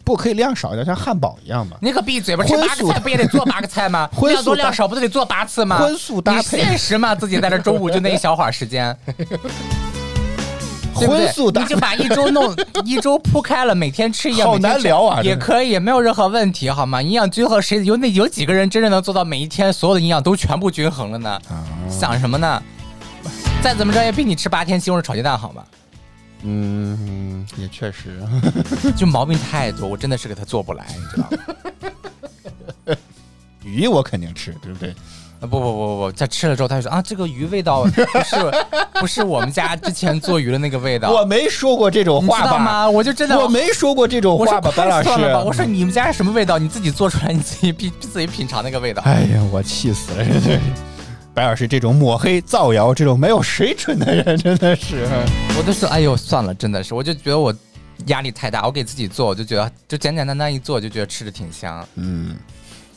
不可以量少一点，像汉堡一样嘛。
你可闭嘴吧！吃八
荤
个
素
菜不也得做八个菜
[laughs]
吗？
荤素
量多
搭
量少不都得做八次吗？
荤素搭配
你现实嘛，自己在这中午就那一小会儿时
[laughs]
间，对不对
荤素搭
你就把一周
[laughs]
弄一周铺开了，每天吃一样，
好
每天
难
吃
聊啊
也
真的
可以，没有任何问题，好吗？营养均衡谁有那有几个人真正能做到每一天所有的营养都全部均衡了呢？想什么呢？再怎么着也比你吃八天西红柿炒鸡蛋好吧？
嗯，也确实。
就毛病太多，我真的是给他做不来，你知道吗？
鱼我肯定吃，对不对？
啊不不不不不，他吃了之后他就说啊，这个鱼味道不是不是我们家之前做鱼的那个味道，
我没说过这种
你知
话
道
吧？
吗？我就真的
我没说过这种
我
话
说
吧，白老
快算了吧，我
师。
说你们家是什么味道？你自己做出来，你自己品自己品尝那个味道。
哎呀，我气死了！真是白老师这种抹黑、造谣、这种没有水准的人，真的是。
我就说，哎呦，算了，真的是，我就觉得我压力太大，我给自己做，我就觉得就简简单单一做，就觉得吃着挺香。
嗯，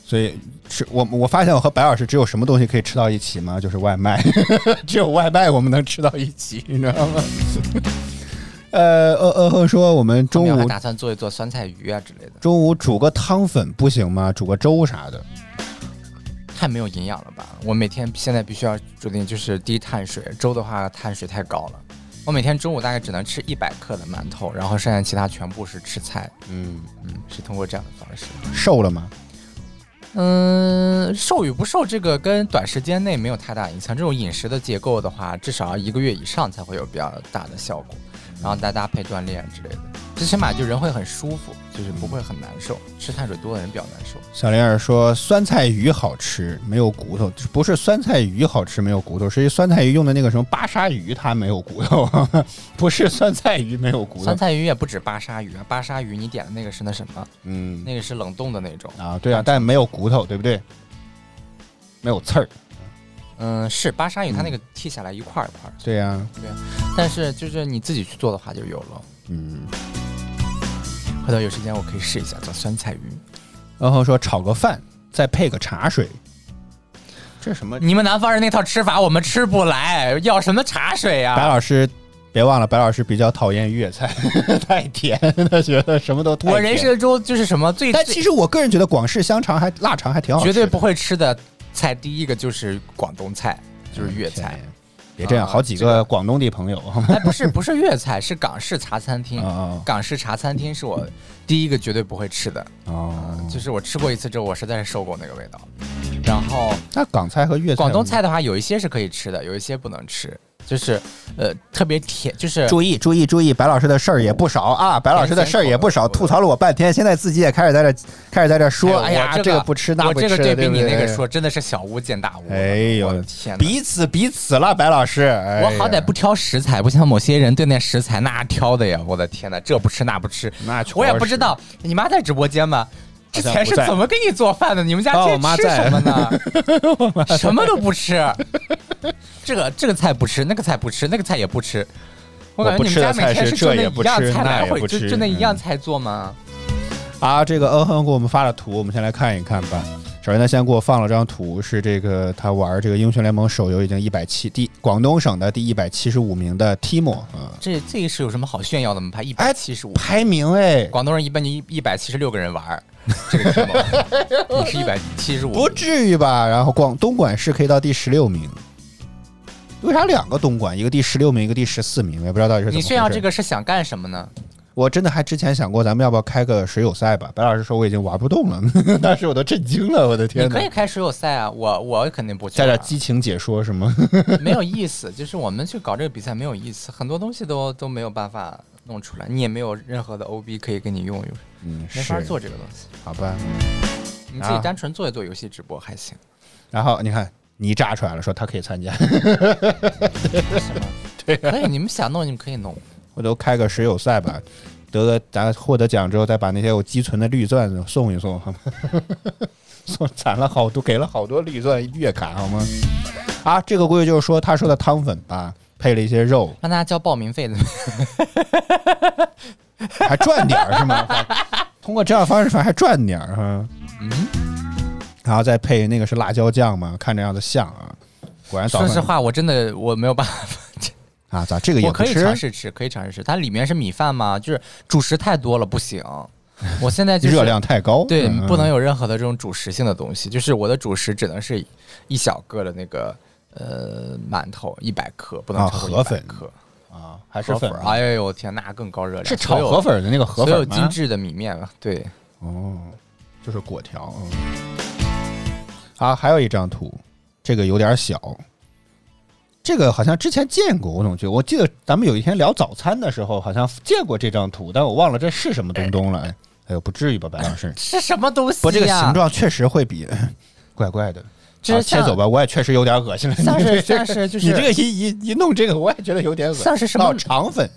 所以吃我我发现我和白老师只有什么东西可以吃到一起吗？就是外卖， [laughs] 只有外卖我们能吃到一起，你知道吗？ [laughs] 呃，呃呃呃，说我们中
后面我还
午
打算做一做酸菜鱼啊之类的，
中午煮个汤粉不行吗？煮个粥啥的。
太没有营养了吧？我每天现在必须要注定就是低碳水，粥的话碳水太高了。我每天中午大概只能吃一百克的馒头，然后剩下其他全部是吃菜。
嗯，
嗯，是通过这样的方式。
瘦了吗？
嗯，瘦与不瘦这个跟短时间内没有太大影响。这种饮食的结构的话，至少要一个月以上才会有比较大的效果，然后再搭配锻炼之类的，最起码就人会很舒服，就是不会很难受。吃碳水多的人比较难受。
小莲儿说酸菜鱼好吃，没有骨头，不是酸菜鱼好吃没有骨头，是酸菜鱼用的那个什么巴沙鱼它没有骨头， [laughs] 不是酸菜鱼没有骨头
酸。菜鱼也不止巴沙鱼啊，巴沙鱼你点的那个是那什么？
嗯
那个是冷冻的那种。
啊，对啊，但没有骨头，对不对？没有刺儿，
嗯，是巴沙鱼，它那个剔下来一块儿一块儿的，
对呀、
但是就是你自己去做的话就有了。
嗯。
回头有时间我可以试一下做酸菜鱼。
然后说炒个饭，再配个茶水，这是什么？
你们南方人那套吃法我们吃不来，要什么茶水呀、
白老师，别忘了，白老师比较讨厌粤菜， [laughs] 太甜，他觉得什么都太甜。
我人生中就是什么最
但
最
其实我个人觉得广式香肠还腊肠还挺好吃
绝
的，
对不会吃的菜，第一个就是广东菜，就是粤
天
菜
呀。。别这样，
啊
好几
这个
个广东的朋友，
哎，不是不是粤菜，是港式茶餐厅
啊啊。
港式茶餐厅是我第一个绝对不会吃的，
[laughs] 哦
就是我吃过一次之后，我实在是受够那个味道。然后
那港菜和粤菜，
广东菜的话，有一些是可以吃的，有一些不能吃，就是呃特别甜，就是
注意注意注意，白老师的事儿也不少啊，白老师的事儿也不少，
甜咸口的
吐槽了我半天，现在自己也开始在这开始在这说，
哎
哎
呀，
呀，
这
这个不吃那
我
不
这
吃，
个对比你那个
对
说，，真的是小巫见大巫了。
哎呦
我的天哪！
彼此彼此了，白老师，哎呀
我好歹不挑食材，不像某些人对那食材那挑的呀！我的天哪，这不吃那不吃，
那确实
我也不知道你妈在直播间吗？之前是怎么给你做饭的？你们家
哦
今
我妈
天吃
在
什么 [laughs] 呢？什么都不吃，这个这个菜不吃，那个菜不吃，那个菜也不吃。我感觉
我不
你们
吃
家
的
每
菜
天
是
就
这
那
也
一
不
样
吃
菜
那
来
也
回，
不
就
吃
就那一样
嗯
菜做吗？
啊，这个嗯哼给我们发了图，我们先来看一看吧。首先，他先给我放了张图，是这个他玩这个英雄联盟手游已经一百七第广东省的第一百七十五名的 Timo 啊，
这这是有什么好炫耀的吗？排一百
哎
七十五，
排名哎，
广东人一般就一一百七十六个人玩儿，这个 [laughs] 题目，你是一百七十五，
不至于吧？然后广东莞市可以到第十六名，为啥两个东莞，一个第十六名，一个第十四名？我也不知道到底是怎
你
么回事
炫耀这个是想干什么呢？
我真的还之前想过，咱们要不要开个水友赛吧？白老师说我已经玩不动了，呵呵当时我都震惊了，我的天！
你可以开水友赛啊，我我肯定不去。
加点激情解说是吗？
没有意思， [laughs] 就是我们去搞这个比赛没有意思，很多东西都都没有办法弄出来，你也没有任何的 OB 可以给你用用，
嗯，
没法做这个东西。
好吧，
你自己单纯做一做游戏直播还行。
然后你看你炸出来了，说他可以参加，
是
[laughs]
吗？
对、啊，
可以，你们想弄你们可以弄。
回头开个十友赛吧，得了咱获得奖之后，再把那些我积存的绿钻送一送，好吗？ [laughs] 送攒了好多，给了好多绿钻月卡，好吗？啊，这个估计就是说他说的汤粉吧，配了一些肉，
让大家交报名费的，
还赚点儿是吗？ [laughs] 通过这样方式反正还赚点儿哈，嗯，然后再配那个是辣椒酱嘛，看这样子像啊，果然早。
说实话，我真的我没有办法。
啊，咋这个也
我可以尝试吃，可以尝试吃。它里面是米饭吗？就是主食太多了不行。我现在就是、
热量太高，
[laughs] 对，嗯、不能有任何的这种主食性的东西。就是我的主食只能是一小个的那个呃馒头一百克，不能超过一百克
啊，还是粉？
哎呦我天，那更高热量。
是炒河粉的那个河粉
所有精致的米面了，对，
哦，就是果条。嗯、啊，还有一张图，这个有点小。这个好像之前见过，我总觉得，我记得咱们有一天聊早餐的时候，好像见过这张图，但我忘了这是什么东东了。哎，哎呦，不至于吧，白老师？
是什么东西、啊？
不，这个形状确实会比呃怪怪的。
这、
啊、切走吧，我也确实有点恶心了。
像是像是就是
你这个一一一弄这个，我也觉得有点恶心。
像是什么
肠粉？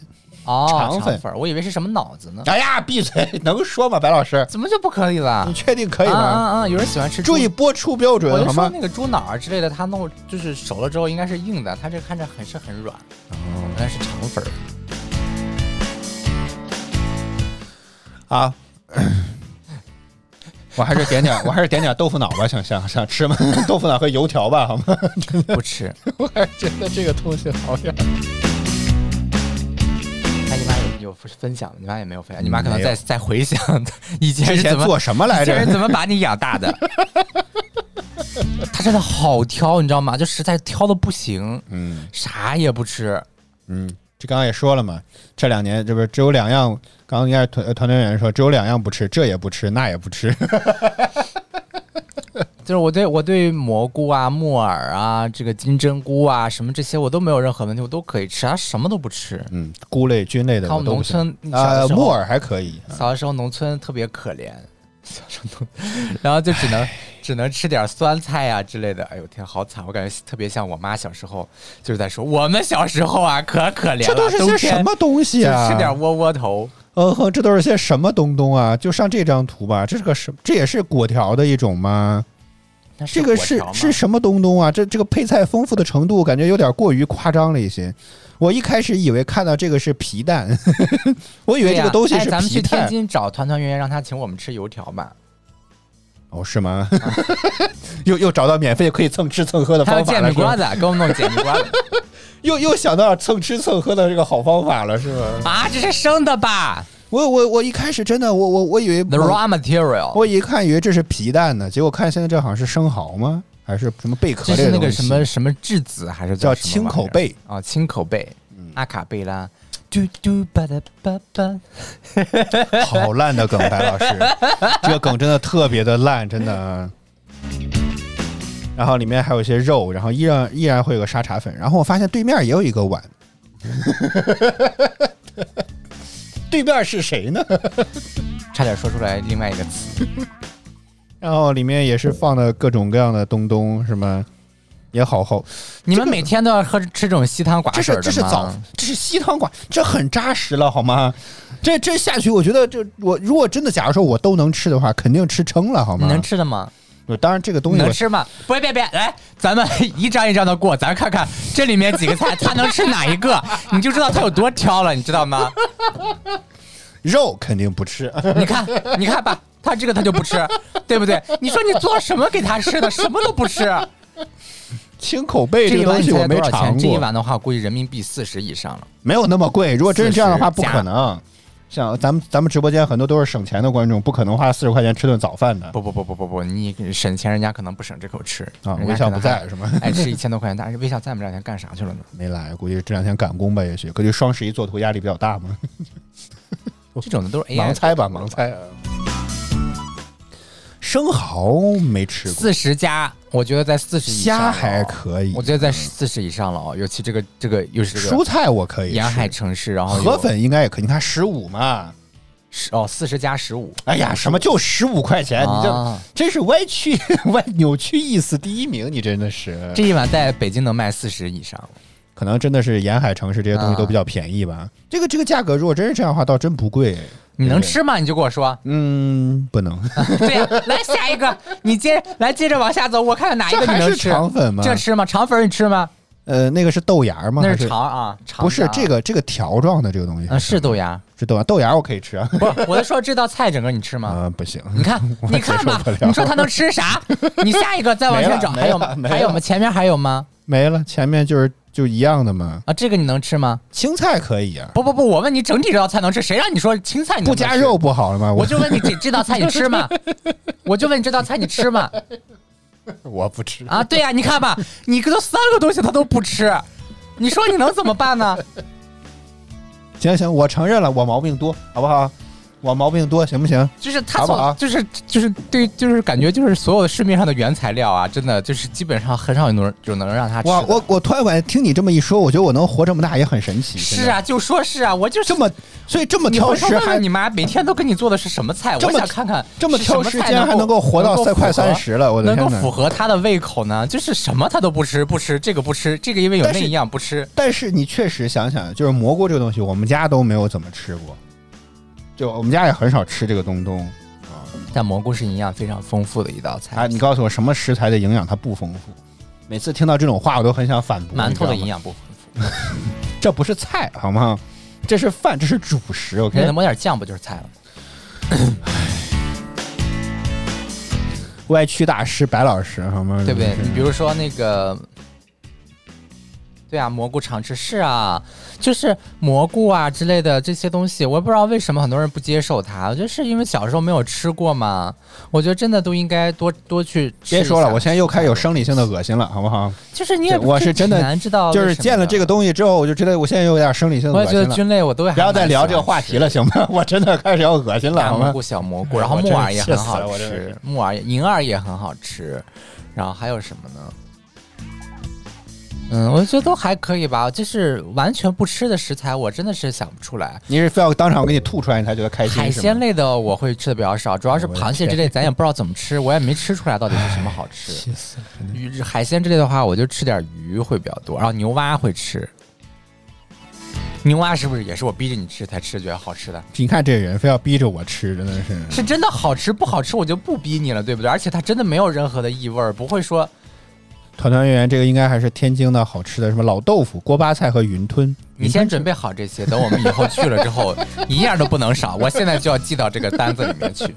哦，肠
粉，
粉我以为是什么脑子呢？
哎呀，闭嘴，能说吗，白老师？
怎么就不可以了？
你确定可以吗？
啊啊！有人喜欢吃，
注意播出标准，
我就
说
那个猪脑之类的，它弄就是熟了之后应该是硬的，它这看着很是很软，哦，原来是肠粉
儿。啊， [coughs] 我还是点点，我还是点点豆腐脑吧，想想想吃吗？ [laughs] 豆腐脑和油条吧，好吗？ [laughs]
不吃，
我还是觉得这个东西好点。
哎你妈有有分享，你妈也没有分享，你妈可能在在回想以前
之
前
做什么来着，
人怎么把你养大
[laughs]
的。他真的好挑，你知道吗？就实在挑的不行，
嗯，
啥也不吃，
嗯，这刚刚也说了嘛，这两年这不是只有两样，刚刚应该是团团队员说只有两样不吃，这也不吃，那也不吃。 [laughs]
就是我对我对蘑菇啊、木耳啊、这个金针菇啊什么这些我都没有任何问题，我都可以吃，他什么都不吃。
嗯，菇类、菌类的
我农村
啊，木耳还可以。
小的时候农村特别可怜，小时候，然后就只能只能吃点酸菜呀、啊、之类的。哎呦天，好惨！我感觉特别像我妈小时候，就是在说我们小时候啊，可可怜了。
这都是些什么东西啊？
吃点窝窝头。
呃、哦、呵，这都是些什么东东啊？就上这张图吧，这是个什？这也是果条的一种吗？这个是是什么东东啊？这这个配菜丰富的程度，感觉有点过于夸张了一些。我一开始以为看到这个是皮蛋， [laughs] 呵呵我以为这个东西是皮蛋。
啊哎、咱们去天津找团团圆圆，让他请我们吃油条吧。
哦，是吗？ [laughs] 啊、又又找到免费可以蹭吃蹭喝的方法
了。还有煎饼瓜
[laughs]
子，啊给我们弄煎饼瓜子。
又又想到蹭吃蹭喝的这个好方法了，是吗？
[laughs] 啊，这是生的
[laughs]
吧？
我我我一开始真的我我我以为
the raw material，
我一看以为这是皮蛋呢，结果看现在这好像是生蚝吗？还是什么贝壳？
这是那个什么什么质子还是
叫青口贝嗯
啊？青口贝，阿卡贝拉，嘟嘟吧嗒吧吧，
好烂的梗，白 [laughs] 老师，这个梗真的特别的烂，真的。然后里面还有一些肉，然后依然依然会有个沙茶粉，然后我发现对面也有一个碗。 [laughs] 对面是谁呢？
差点说出来另外一个词。
然后里面也是放的各种各样的东东，什么也好好。
你们每天都要喝吃这种稀汤寡水的
这是这是早，这是稀汤寡，这很扎实了好吗？这这下去，我觉得这我如果真的假如说我都能吃的话，肯定吃撑了好吗？
你能吃的吗？
当然这个东西
能吃吗？别别别，来，咱们一张一张的过，咱看看这里面几个菜，他能吃哪一
[laughs]
个，你就知道他有多挑了，你知道吗？
肉肯定不吃， [laughs]
你看，你看吧，他这个他就不吃，对不对？你说你做什么给他吃的？什么都不吃。
清口贝 [laughs] 这个东西我没尝过。
这一碗的话，估计人民币四十以上了，
没有那么贵。如果真是这样的话，不可能。像咱们咱们直播间很多都是省钱的观众，不可能花四十块钱吃顿早饭的。
不不不不不不，你省钱，人家可能不省这口吃
啊。微笑不在是吗？
爱哎吃一千多块钱，但是微笑在我们这两天干啥去了呢？
没来，估计这两天赶工吧，也许。估计双十一做图压力比较大嘛。
这种的都是 AI
盲猜吧，盲猜啊。生蚝没吃过，
四十加，我觉得在四十以上了
虾还可以
我觉得在四十以上了哦，尤其这个这个又是这个
蔬菜我可以吃哦
沿海城市，然后有
河粉应该也可以。你看十五嘛，
十哦四十加十五，
哎呀，什么就十五块钱？你
啊
这真是歪曲 [laughs] 歪扭曲意思第一名，你真的是
这一碗在北京能卖四十以上，
可能真的是沿海城市这些东
啊
西都比较便宜吧。这个这个价格如果真是这样的话，倒真不贵。
你能吃啊吗？你就跟我说。
嗯，不能。
对呀、来下一个，你接来接着往下走，我看看哪一个
[laughs] 这
你
还
能
是嗯
吃。
肠粉吗
这吃吗？肠粉你吃吗？
呃，那个是豆芽吗？
那
还
是肠啊，肠
不是
的啊
这个这个条状的这个东西
啊，是豆
[laughs]
芽。
是豆芽，豆芽我可以吃啊。
不是，我是说这道菜整个你吃吗？
啊，不行，
你看，
[laughs] 我
你看吧
接受不，了
你说他能吃
[laughs]
啥？你下一个再往前找，
没了
还有
没
吗
了没？了
还有吗？前面还有吗？
没了，前面就是就一样的嘛。
啊，这个你能吃吗？
青菜可以啊，
不不不，我问你整体这道菜能吃？谁让你说青菜你能能
不加
吃？
肉不好了吗？
[laughs] 我就问你这这道菜你吃吗？我就问你这道菜你吃吗？
[laughs] 我不吃
啊，对呀、你看吧，你这都三个东西他都不吃，你说你能怎么办呢？
行行，我承认了，我毛病多，好不好？我毛病多，行不行？
就是他
好啊不
所，
好
就是就是对，就是感觉就是所有市面上的原材料啊，真的就是基本上很少有能有能让他吃
我
的。
我我突然感觉听你这么一说，我觉得我能活这么大也很神奇。真
是
的，
啊，就说是啊，我就是
这么所以这么
你
挑
回头
食
问
还
问你妈，每天都跟你做的是什么菜？
这
我
么
想看看
这么
是什
挑食
菜
竟然还能够活到
能够
三快
符合
三十了我的
能够
天哪
符合他的胃口呢？就是什么他都不吃，不吃这个不吃，这个因为有
但是
那一样不吃。
但是你确实想想，就是蘑菇这个东西，我们家都没有怎么吃过，就我们家也很少吃这个东东
但蘑菇是营养非常丰富的一道菜
啊。你告诉我什么食材的营养它不丰富？每次听到这种话，我都很想反驳。
馒头的
你知道吗
营，养不丰富，
这不是菜好吗？这是饭，这是主食。
给它
OK，
抹点酱不就是菜了吗？
歪曲大师白老师好吗？
对不对
真？是
你比如说那个，对啊，蘑菇常吃是啊，就是蘑菇啊之类的这些东西，我也不知道为什么很多人不接受它。我觉得是因为小时候没有吃过嘛。我觉得真的都应该多多去吃一下。
别说了，我现在又开始有生理性的恶心了，好不好？
就是你也
这我是真的
挺难知道为什
就
么的，
是见了这个东西之后，我就觉得我现在有点生理性的
我也
恶
觉
心
得
了。
菌类我都还
不要再
蛮
聊
喜
这个
欢
话
吃 [laughs]
题了，行吗？我真的开始要恶心了，
大
好
蘑
吗
菇、？小蘑菇，然后
我
木
真
耳也
气
很
死
好
了我真
吃
是，
木耳、银耳也很好吃，然后还有什么呢？嗯，我觉得都还可以吧，就是完全不吃的食材，我真的是想不出来。
你是非要当场我给你吐出来，你才觉得开心？
海
是吗
鲜类的我会吃的比较少，主要是
我的
螃蟹之类，咱也不知道怎么吃，我也没吃出来到底是什么好吃。鱼海鲜之类的话，我就吃点鱼会比较多，然后牛蛙会吃。牛蛙是不是也是我逼着你吃才吃觉得好吃的？
你看这人非要逼着我吃，真的是。
是真的好吃不好吃，我就不逼你了，对不对？而且它真的没有任何的异味儿，不会说
团团圆圆这个应该还是天津的好吃的，什么老豆腐、锅巴菜和云吞。
你先准备好这些，等我们以后去了之 [laughs] 后，一样都不能少。我现在就要记到这个单子里面去。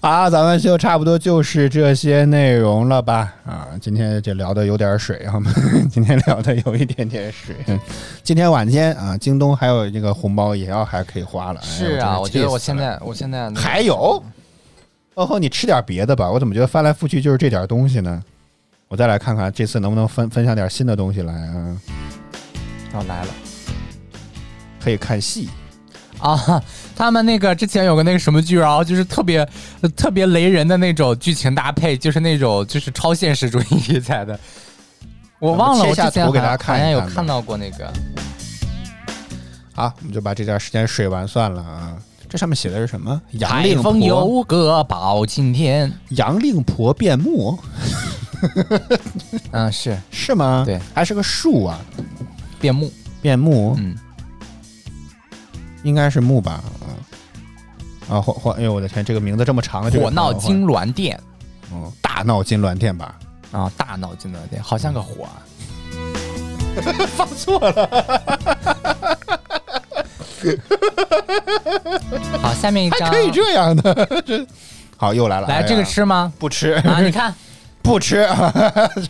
啊，咱们就差不多就是这些内容了吧？啊，今天这聊的有点水啊， [laughs] 今天聊的有一点点水。今天晚间啊，京东还有这个红包也要还可以花了。
[laughs]
哎
是啊，我
真
觉
是
得我
气死
现
了
在，我现在那个
嗯还有，哦吼，你吃点别的吧。我怎么觉得翻来覆去就是这点东西呢？我再来看看这次能不能分分享点新的东西来啊？
要来了
可以看戏，
啊！他们那个之前有个那个什么剧，然后就是特别呃特别雷人的那种剧情搭配，就是那种就是超现实主义题材的。我忘了，
切
我
下
之前
图给
好像
大家看一
好像有
看吧
看到过那个。
好，我们就把这段时间水完算了啊。这上面写的是什么？杨
海
令
风
婆，
游哥包青天，
杨令婆变木
嗯，是
是吗？
对，
还是个树啊，
变木，
变木，
嗯，
应该是木吧？啊，啊，火火，哎呦我的天，这个名字这么长的，啊这个
火闹
朋友
金，銮殿
嗯，大闹金銮殿吧？
啊，大闹金銮殿，好像个火啊，
放错了，
好，下面一张，
可以这样的， [laughs] 这好又来了，哎
来
呀
这个吃吗？
不吃
啊，你看，
[laughs] 不吃，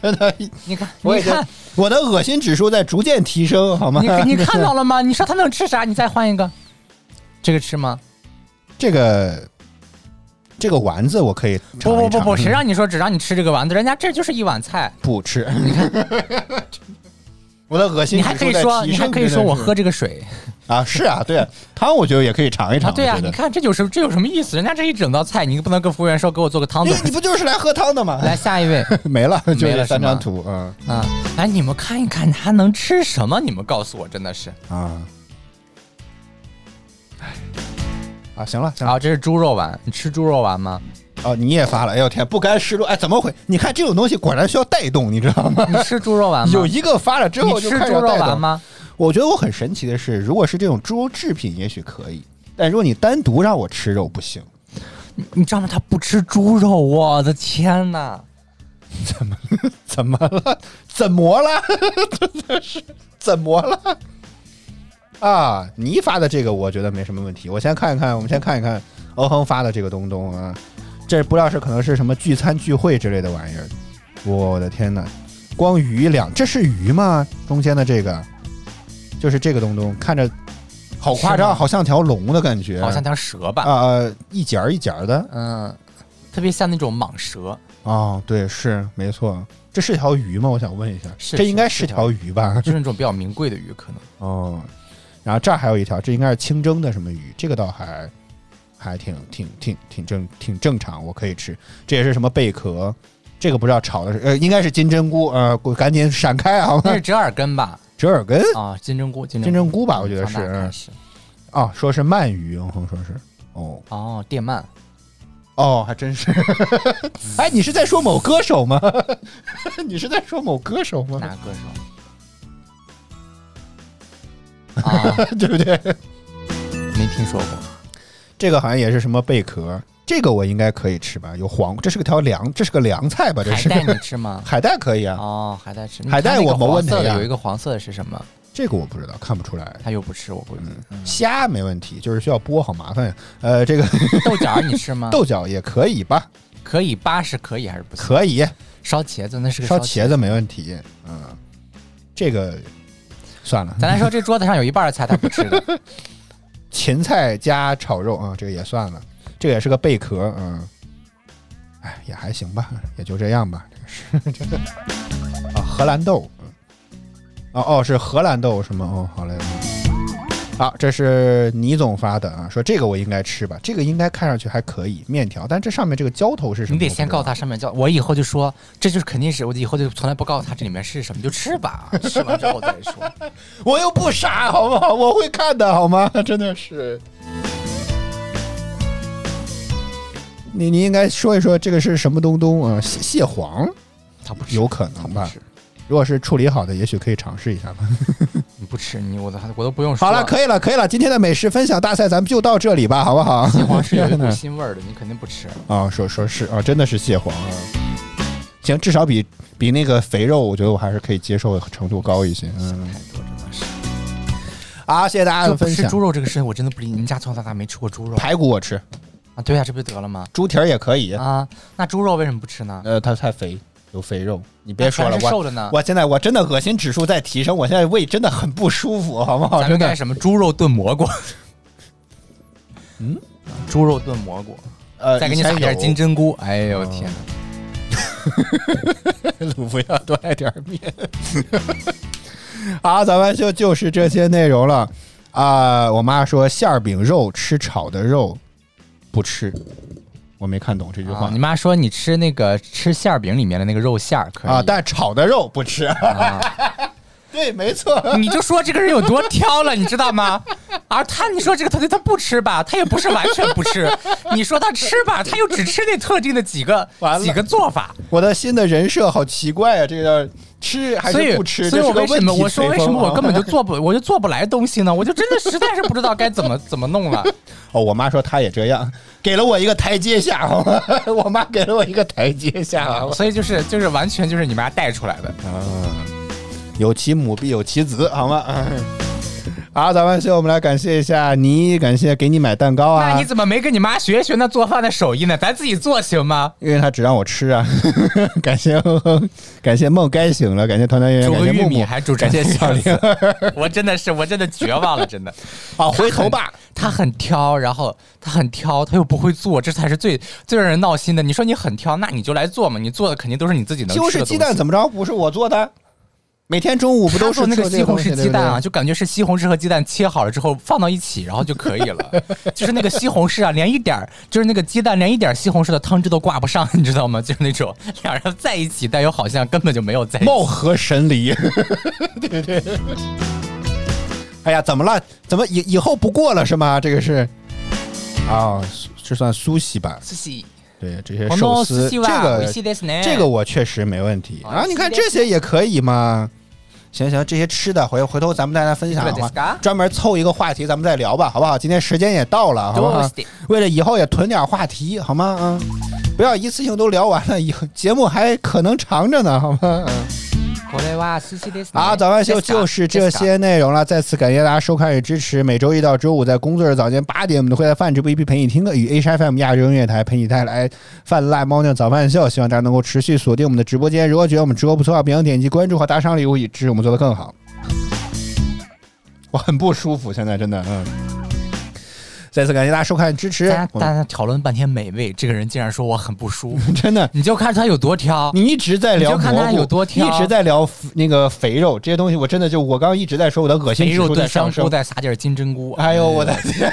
真的，
你看，
[laughs]
[laughs]
我
你
已经
看，
我的恶心指数在逐渐提升，好吗？
[laughs] 你你看到了吗？你说他能吃啥？你再换一个，这个吃吗？
[laughs] 这个这个丸子，我可以尝
不
一
不不
尝嗯
不，谁让你说只让你吃这个丸子？人家这就是一碗菜，
不吃？你看，我的恶心 [laughs]
你
指
还可
数
以
在提升，
说，你还可以说我喝
真的
这个水，
是啊，是
[laughs]
啊，对汤我觉得也可以尝一尝。
啊对啊，
我觉
你
得
看这就是这有什么意思？人家这一整道菜，你不能跟服务员说给我做个汤
因
总
为。你不就是来喝汤的吗？
来下一位
[laughs] 没了，就
没了
这三张
是
图，嗯
啊！哎，你们看一看他能吃什么？你们告诉我，真的是
啊。哎啊，行了，行了
啊，这是猪肉丸，你吃猪肉丸吗？
哦，你也发了，哎呦天，不甘示弱，哎，怎么回？你看这种东西果然需要带动，你知道
[laughs]
吗？
你吃猪肉丸吗？
[laughs] 有一个发了之后
啊你
就
吃
开始
猪肉
带
丸
动？
吗？
我觉得我很神奇的是，如果是这种猪肉制品，也许可以，但如果你单独让我吃肉，不行。
你你知道吗？他不吃猪肉，我的天呐！
怎么了？ [laughs] 怎么了？ [laughs] 真的是怎么了？啊，你发的这个我觉得没什么问题。我先看一看，我们先看一看欧亨发的这个东东啊，这不知道是可能是什么聚餐聚会之类的玩意儿。我的天哪，光鱼两，这是鱼吗？中间的这个就是这个东东，看着好夸
是吗
张，好像条龙的感觉，
好像条蛇吧？
嗯啊、呃一节儿一节儿的。
嗯，特别像那种蟒蛇。
哦，对，是没错，这是条鱼吗？我想问一下，
是
这应该
是
是
是条嗯
条鱼吧？ [laughs]
就是那种比较名贵的鱼，可能
哦，然后这儿还有一条，这应该是清蒸的什么鱼，这个倒还还挺挺挺挺正挺正常，我可以吃。这也是什么贝壳，这个不知道炒的是呃，应该是金针菇，呃，给我赶紧闪开啊！
那是折耳根吧？
[laughs] 折耳根
啊，金针菇，金
金针菇吧我觉得
从
[laughs]
哪
是
开始
啊，说是鳗鱼，嗯哼，说是哦
哦，电鳗，
哦，还真是。 [laughs] 哎，你是在说某歌手吗？ [laughs] 你是在说某歌手吗？
哪个歌
[laughs]
手？啊，
[laughs] 对不对？
没听说过。
这个好像也是什么贝壳，这个我应该可以吃吧？有黄，这是个条凉，这是个凉菜吧？这
海
是
带你吃吗？
[laughs] 海带可以啊，
哦，海带吃。
海带我没
们
问
色
题啊
的有一个黄色的是什么？
这个我不知道，看不出来。
他又不吃，我估计。
嗯虾没问题，就是需要剥，好麻烦呀。
嗯
呃，这个
豆角儿你吃吗？
[laughs] 豆角也可以吧？
可以，八是可以还是不行？
可以，
烧茄子那是个
烧
茄
茄子没问题。嗯，这个算了，
咱来说，这桌子上有一半的菜他不吃的，
芹菜加炒肉啊、这个也算了，这个也是个贝壳，嗯，哎，也还行吧，也就这样吧，这个是 [laughs] 这个啊，荷兰豆，嗯，哦哦，是荷兰豆是吗？哦，好嘞，好、这是倪总发的啊，说这个我应该吃吧，这个应该看上去还可以，面条，但这上面这个浇头是什么？
你得先告诉
他，
他上面叫，我以后就说这就是肯定是我以后就从来不告诉他这里面是什么，你就吃
[laughs]
吧，吃完之后再说。
我又不傻，好不好？我会看的，好吗？ [laughs] 真的是。你你应该说一说这个是什么东东啊？蟹蟹黄，
他不吃，
有可能吧？如果是处理好的，也许可以尝试一下吧。
你不吃你我都我都不用说
好了，可以了，可以了，今天的美食分享大赛咱们就到这里吧，好不好？
蟹黄是有一股
[laughs]
腥味儿的，你肯定不吃。
啊，说说是啊，真的是蟹黄啊。行，至少比比那个肥肉，我觉得我还是可以接受的程度高一些。嗯，
太多真的是，
好，谢谢大家
就
的
不
分
吃
享
猪。肉这个哎事情，我真的不理解。你们家从小到大没吃过猪肉
排骨我吃，
啊？对呀、这不就得了吗？
猪蹄儿也可以。
啊，那猪肉为什么不吃呢？
呃，它太肥，有肥肉。你别说了
那，还是瘦
我
着呢。
我现在我真的恶心指数在提升，我现在胃真的很不舒服，好不好？
咱
真
们
的
干什么？猪肉炖蘑菇。
[laughs] 嗯，
猪肉炖蘑菇，
呃，
再给你撒
以前
点
有 [laughs] 嗯
金针菇。哎呦天哪！
鲁夫要多爱点儿面。好，咱们就就是这些内容了啊、我妈说馅儿饼肉吃炒的肉不吃，我没看懂这句话
啊你妈说你吃那个吃馅儿饼里面的那个肉馅儿可以
啊但炒的肉不吃。
啊
[laughs] 对，没错。
你就说这个人有多挑了，你知道
[laughs]
吗？而他，你说这个东西他不吃吧，他也不是完全不
[laughs]
吃；你说他吃吧，他又只吃那特定的几个
完了
几个做法。
我的新的人设好奇怪啊，这个吃还
所以
是不吃？
所以
这
我
是个
为什么
问题
我说为什
随风
么我
啊
根本就做不，我就做不来东西呢？我就真的实在是不知道该怎么怎么弄了。
[laughs] 哦，我妈说她也这样， [laughs] 给了我一个台阶下，好吗？我妈给了我一个台阶下， [laughs] 好嗯吗？ [laughs]
所以就是就是完全就是你妈带出来的。
有其母必有其子，好吗？ [laughs] 好，咱们先我们来感谢一下你，感谢给你买蛋糕
那
啊
你，怎么没跟你妈学一学那做饭的手艺呢？咱自己做行吗？
因为他只让我吃啊。 [laughs] 感谢感谢梦该醒了，感谢团团圆圆，
煮
感
个
谢
玉
木
米
木，
还煮成
感谢小玲
这样
[laughs]
子我真的是我真的绝望了，真的。
啊，回头吧。
他很挑，然后他很挑，他又不会做，这才是最最让人闹心的。你说你很挑，那你就来做嘛，你做的肯定都是你自己能
西红
吃
柿
的
鸡蛋
东西
怎么着？不是我做的每天中午不都是
那个
吃这
西红
东西
柿鸡蛋啊？
对不对
就感觉是西红柿和鸡蛋切好了之后放到一起，然后就可以了。 [laughs] 就是那个西红柿啊，连一点儿就是那个鸡蛋连一点儿西红柿的汤汁都挂不上，你知道吗？就是那种两人在一起，但又好像根本就没有在一起。
貌合神离。
对对。
哎呀，怎么了？怎么以以后不过了是吗？这个是啊，这算苏西吧？
苏西。
对这些
哦
寿
no，寿
司，
司
这
は美
个
味しいですね
这个我确实没问题
哦
啊！你看
美味し
这
いです
些也可以嘛。行行，这些吃的回回头咱们大家分享的
いくら
话
ですか，
专门凑一个话题咱们再聊吧，好不好？今天时间也到了，好不
ど
好
うして？
为了以后也囤点话题，好吗？啊，不要一次性都聊完了，以后节目还可能长着呢，好吗？嗯。
これは寿司ですね。
好，啊早饭秀
ですか
就是这。
啊
些内容了。再次感谢大家收看与支持。每周一到周五在工作日早间八点，我们都会在饭直播一批陪你听歌与 H FM 亚洲音乐台陪你带来泛滥猫尿早饭秀。希望大家能够持续锁定我们的直播间。如果觉得我们直播不错，别忘点击关注和打赏礼物，以支持我们做得更好。我很不舒服，现在真的，嗯。再次感谢大家收看与支持
大家，
我
大
们
家讨论半天美味，这个人竟然说我很不舒服， [laughs]
真的，
你就看他有多挑。
你一直在聊
你就看
蘑
他
菇，
有多挑
一直在聊那个肥肉这些东西，我真的就我刚刚一直在说我的恶心
肥
指
肉
数在
炖香
上
菇，
升。
再撒点金针菇。
哎呦，我的天！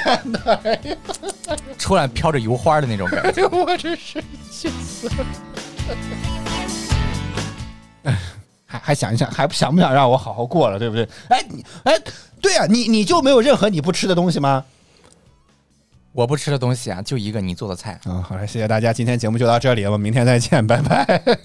出来飘着油花的那种感觉。
我真是气死了。还还想一想，还不想不想让我好好过了，对不对？哎，你哎，对啊，你你就没有任何你不吃的东西吗？
我不吃的东西啊，就一个你做的菜。
啊、好了，谢谢大家，今天节目就到这里了，我们明天再见，拜拜。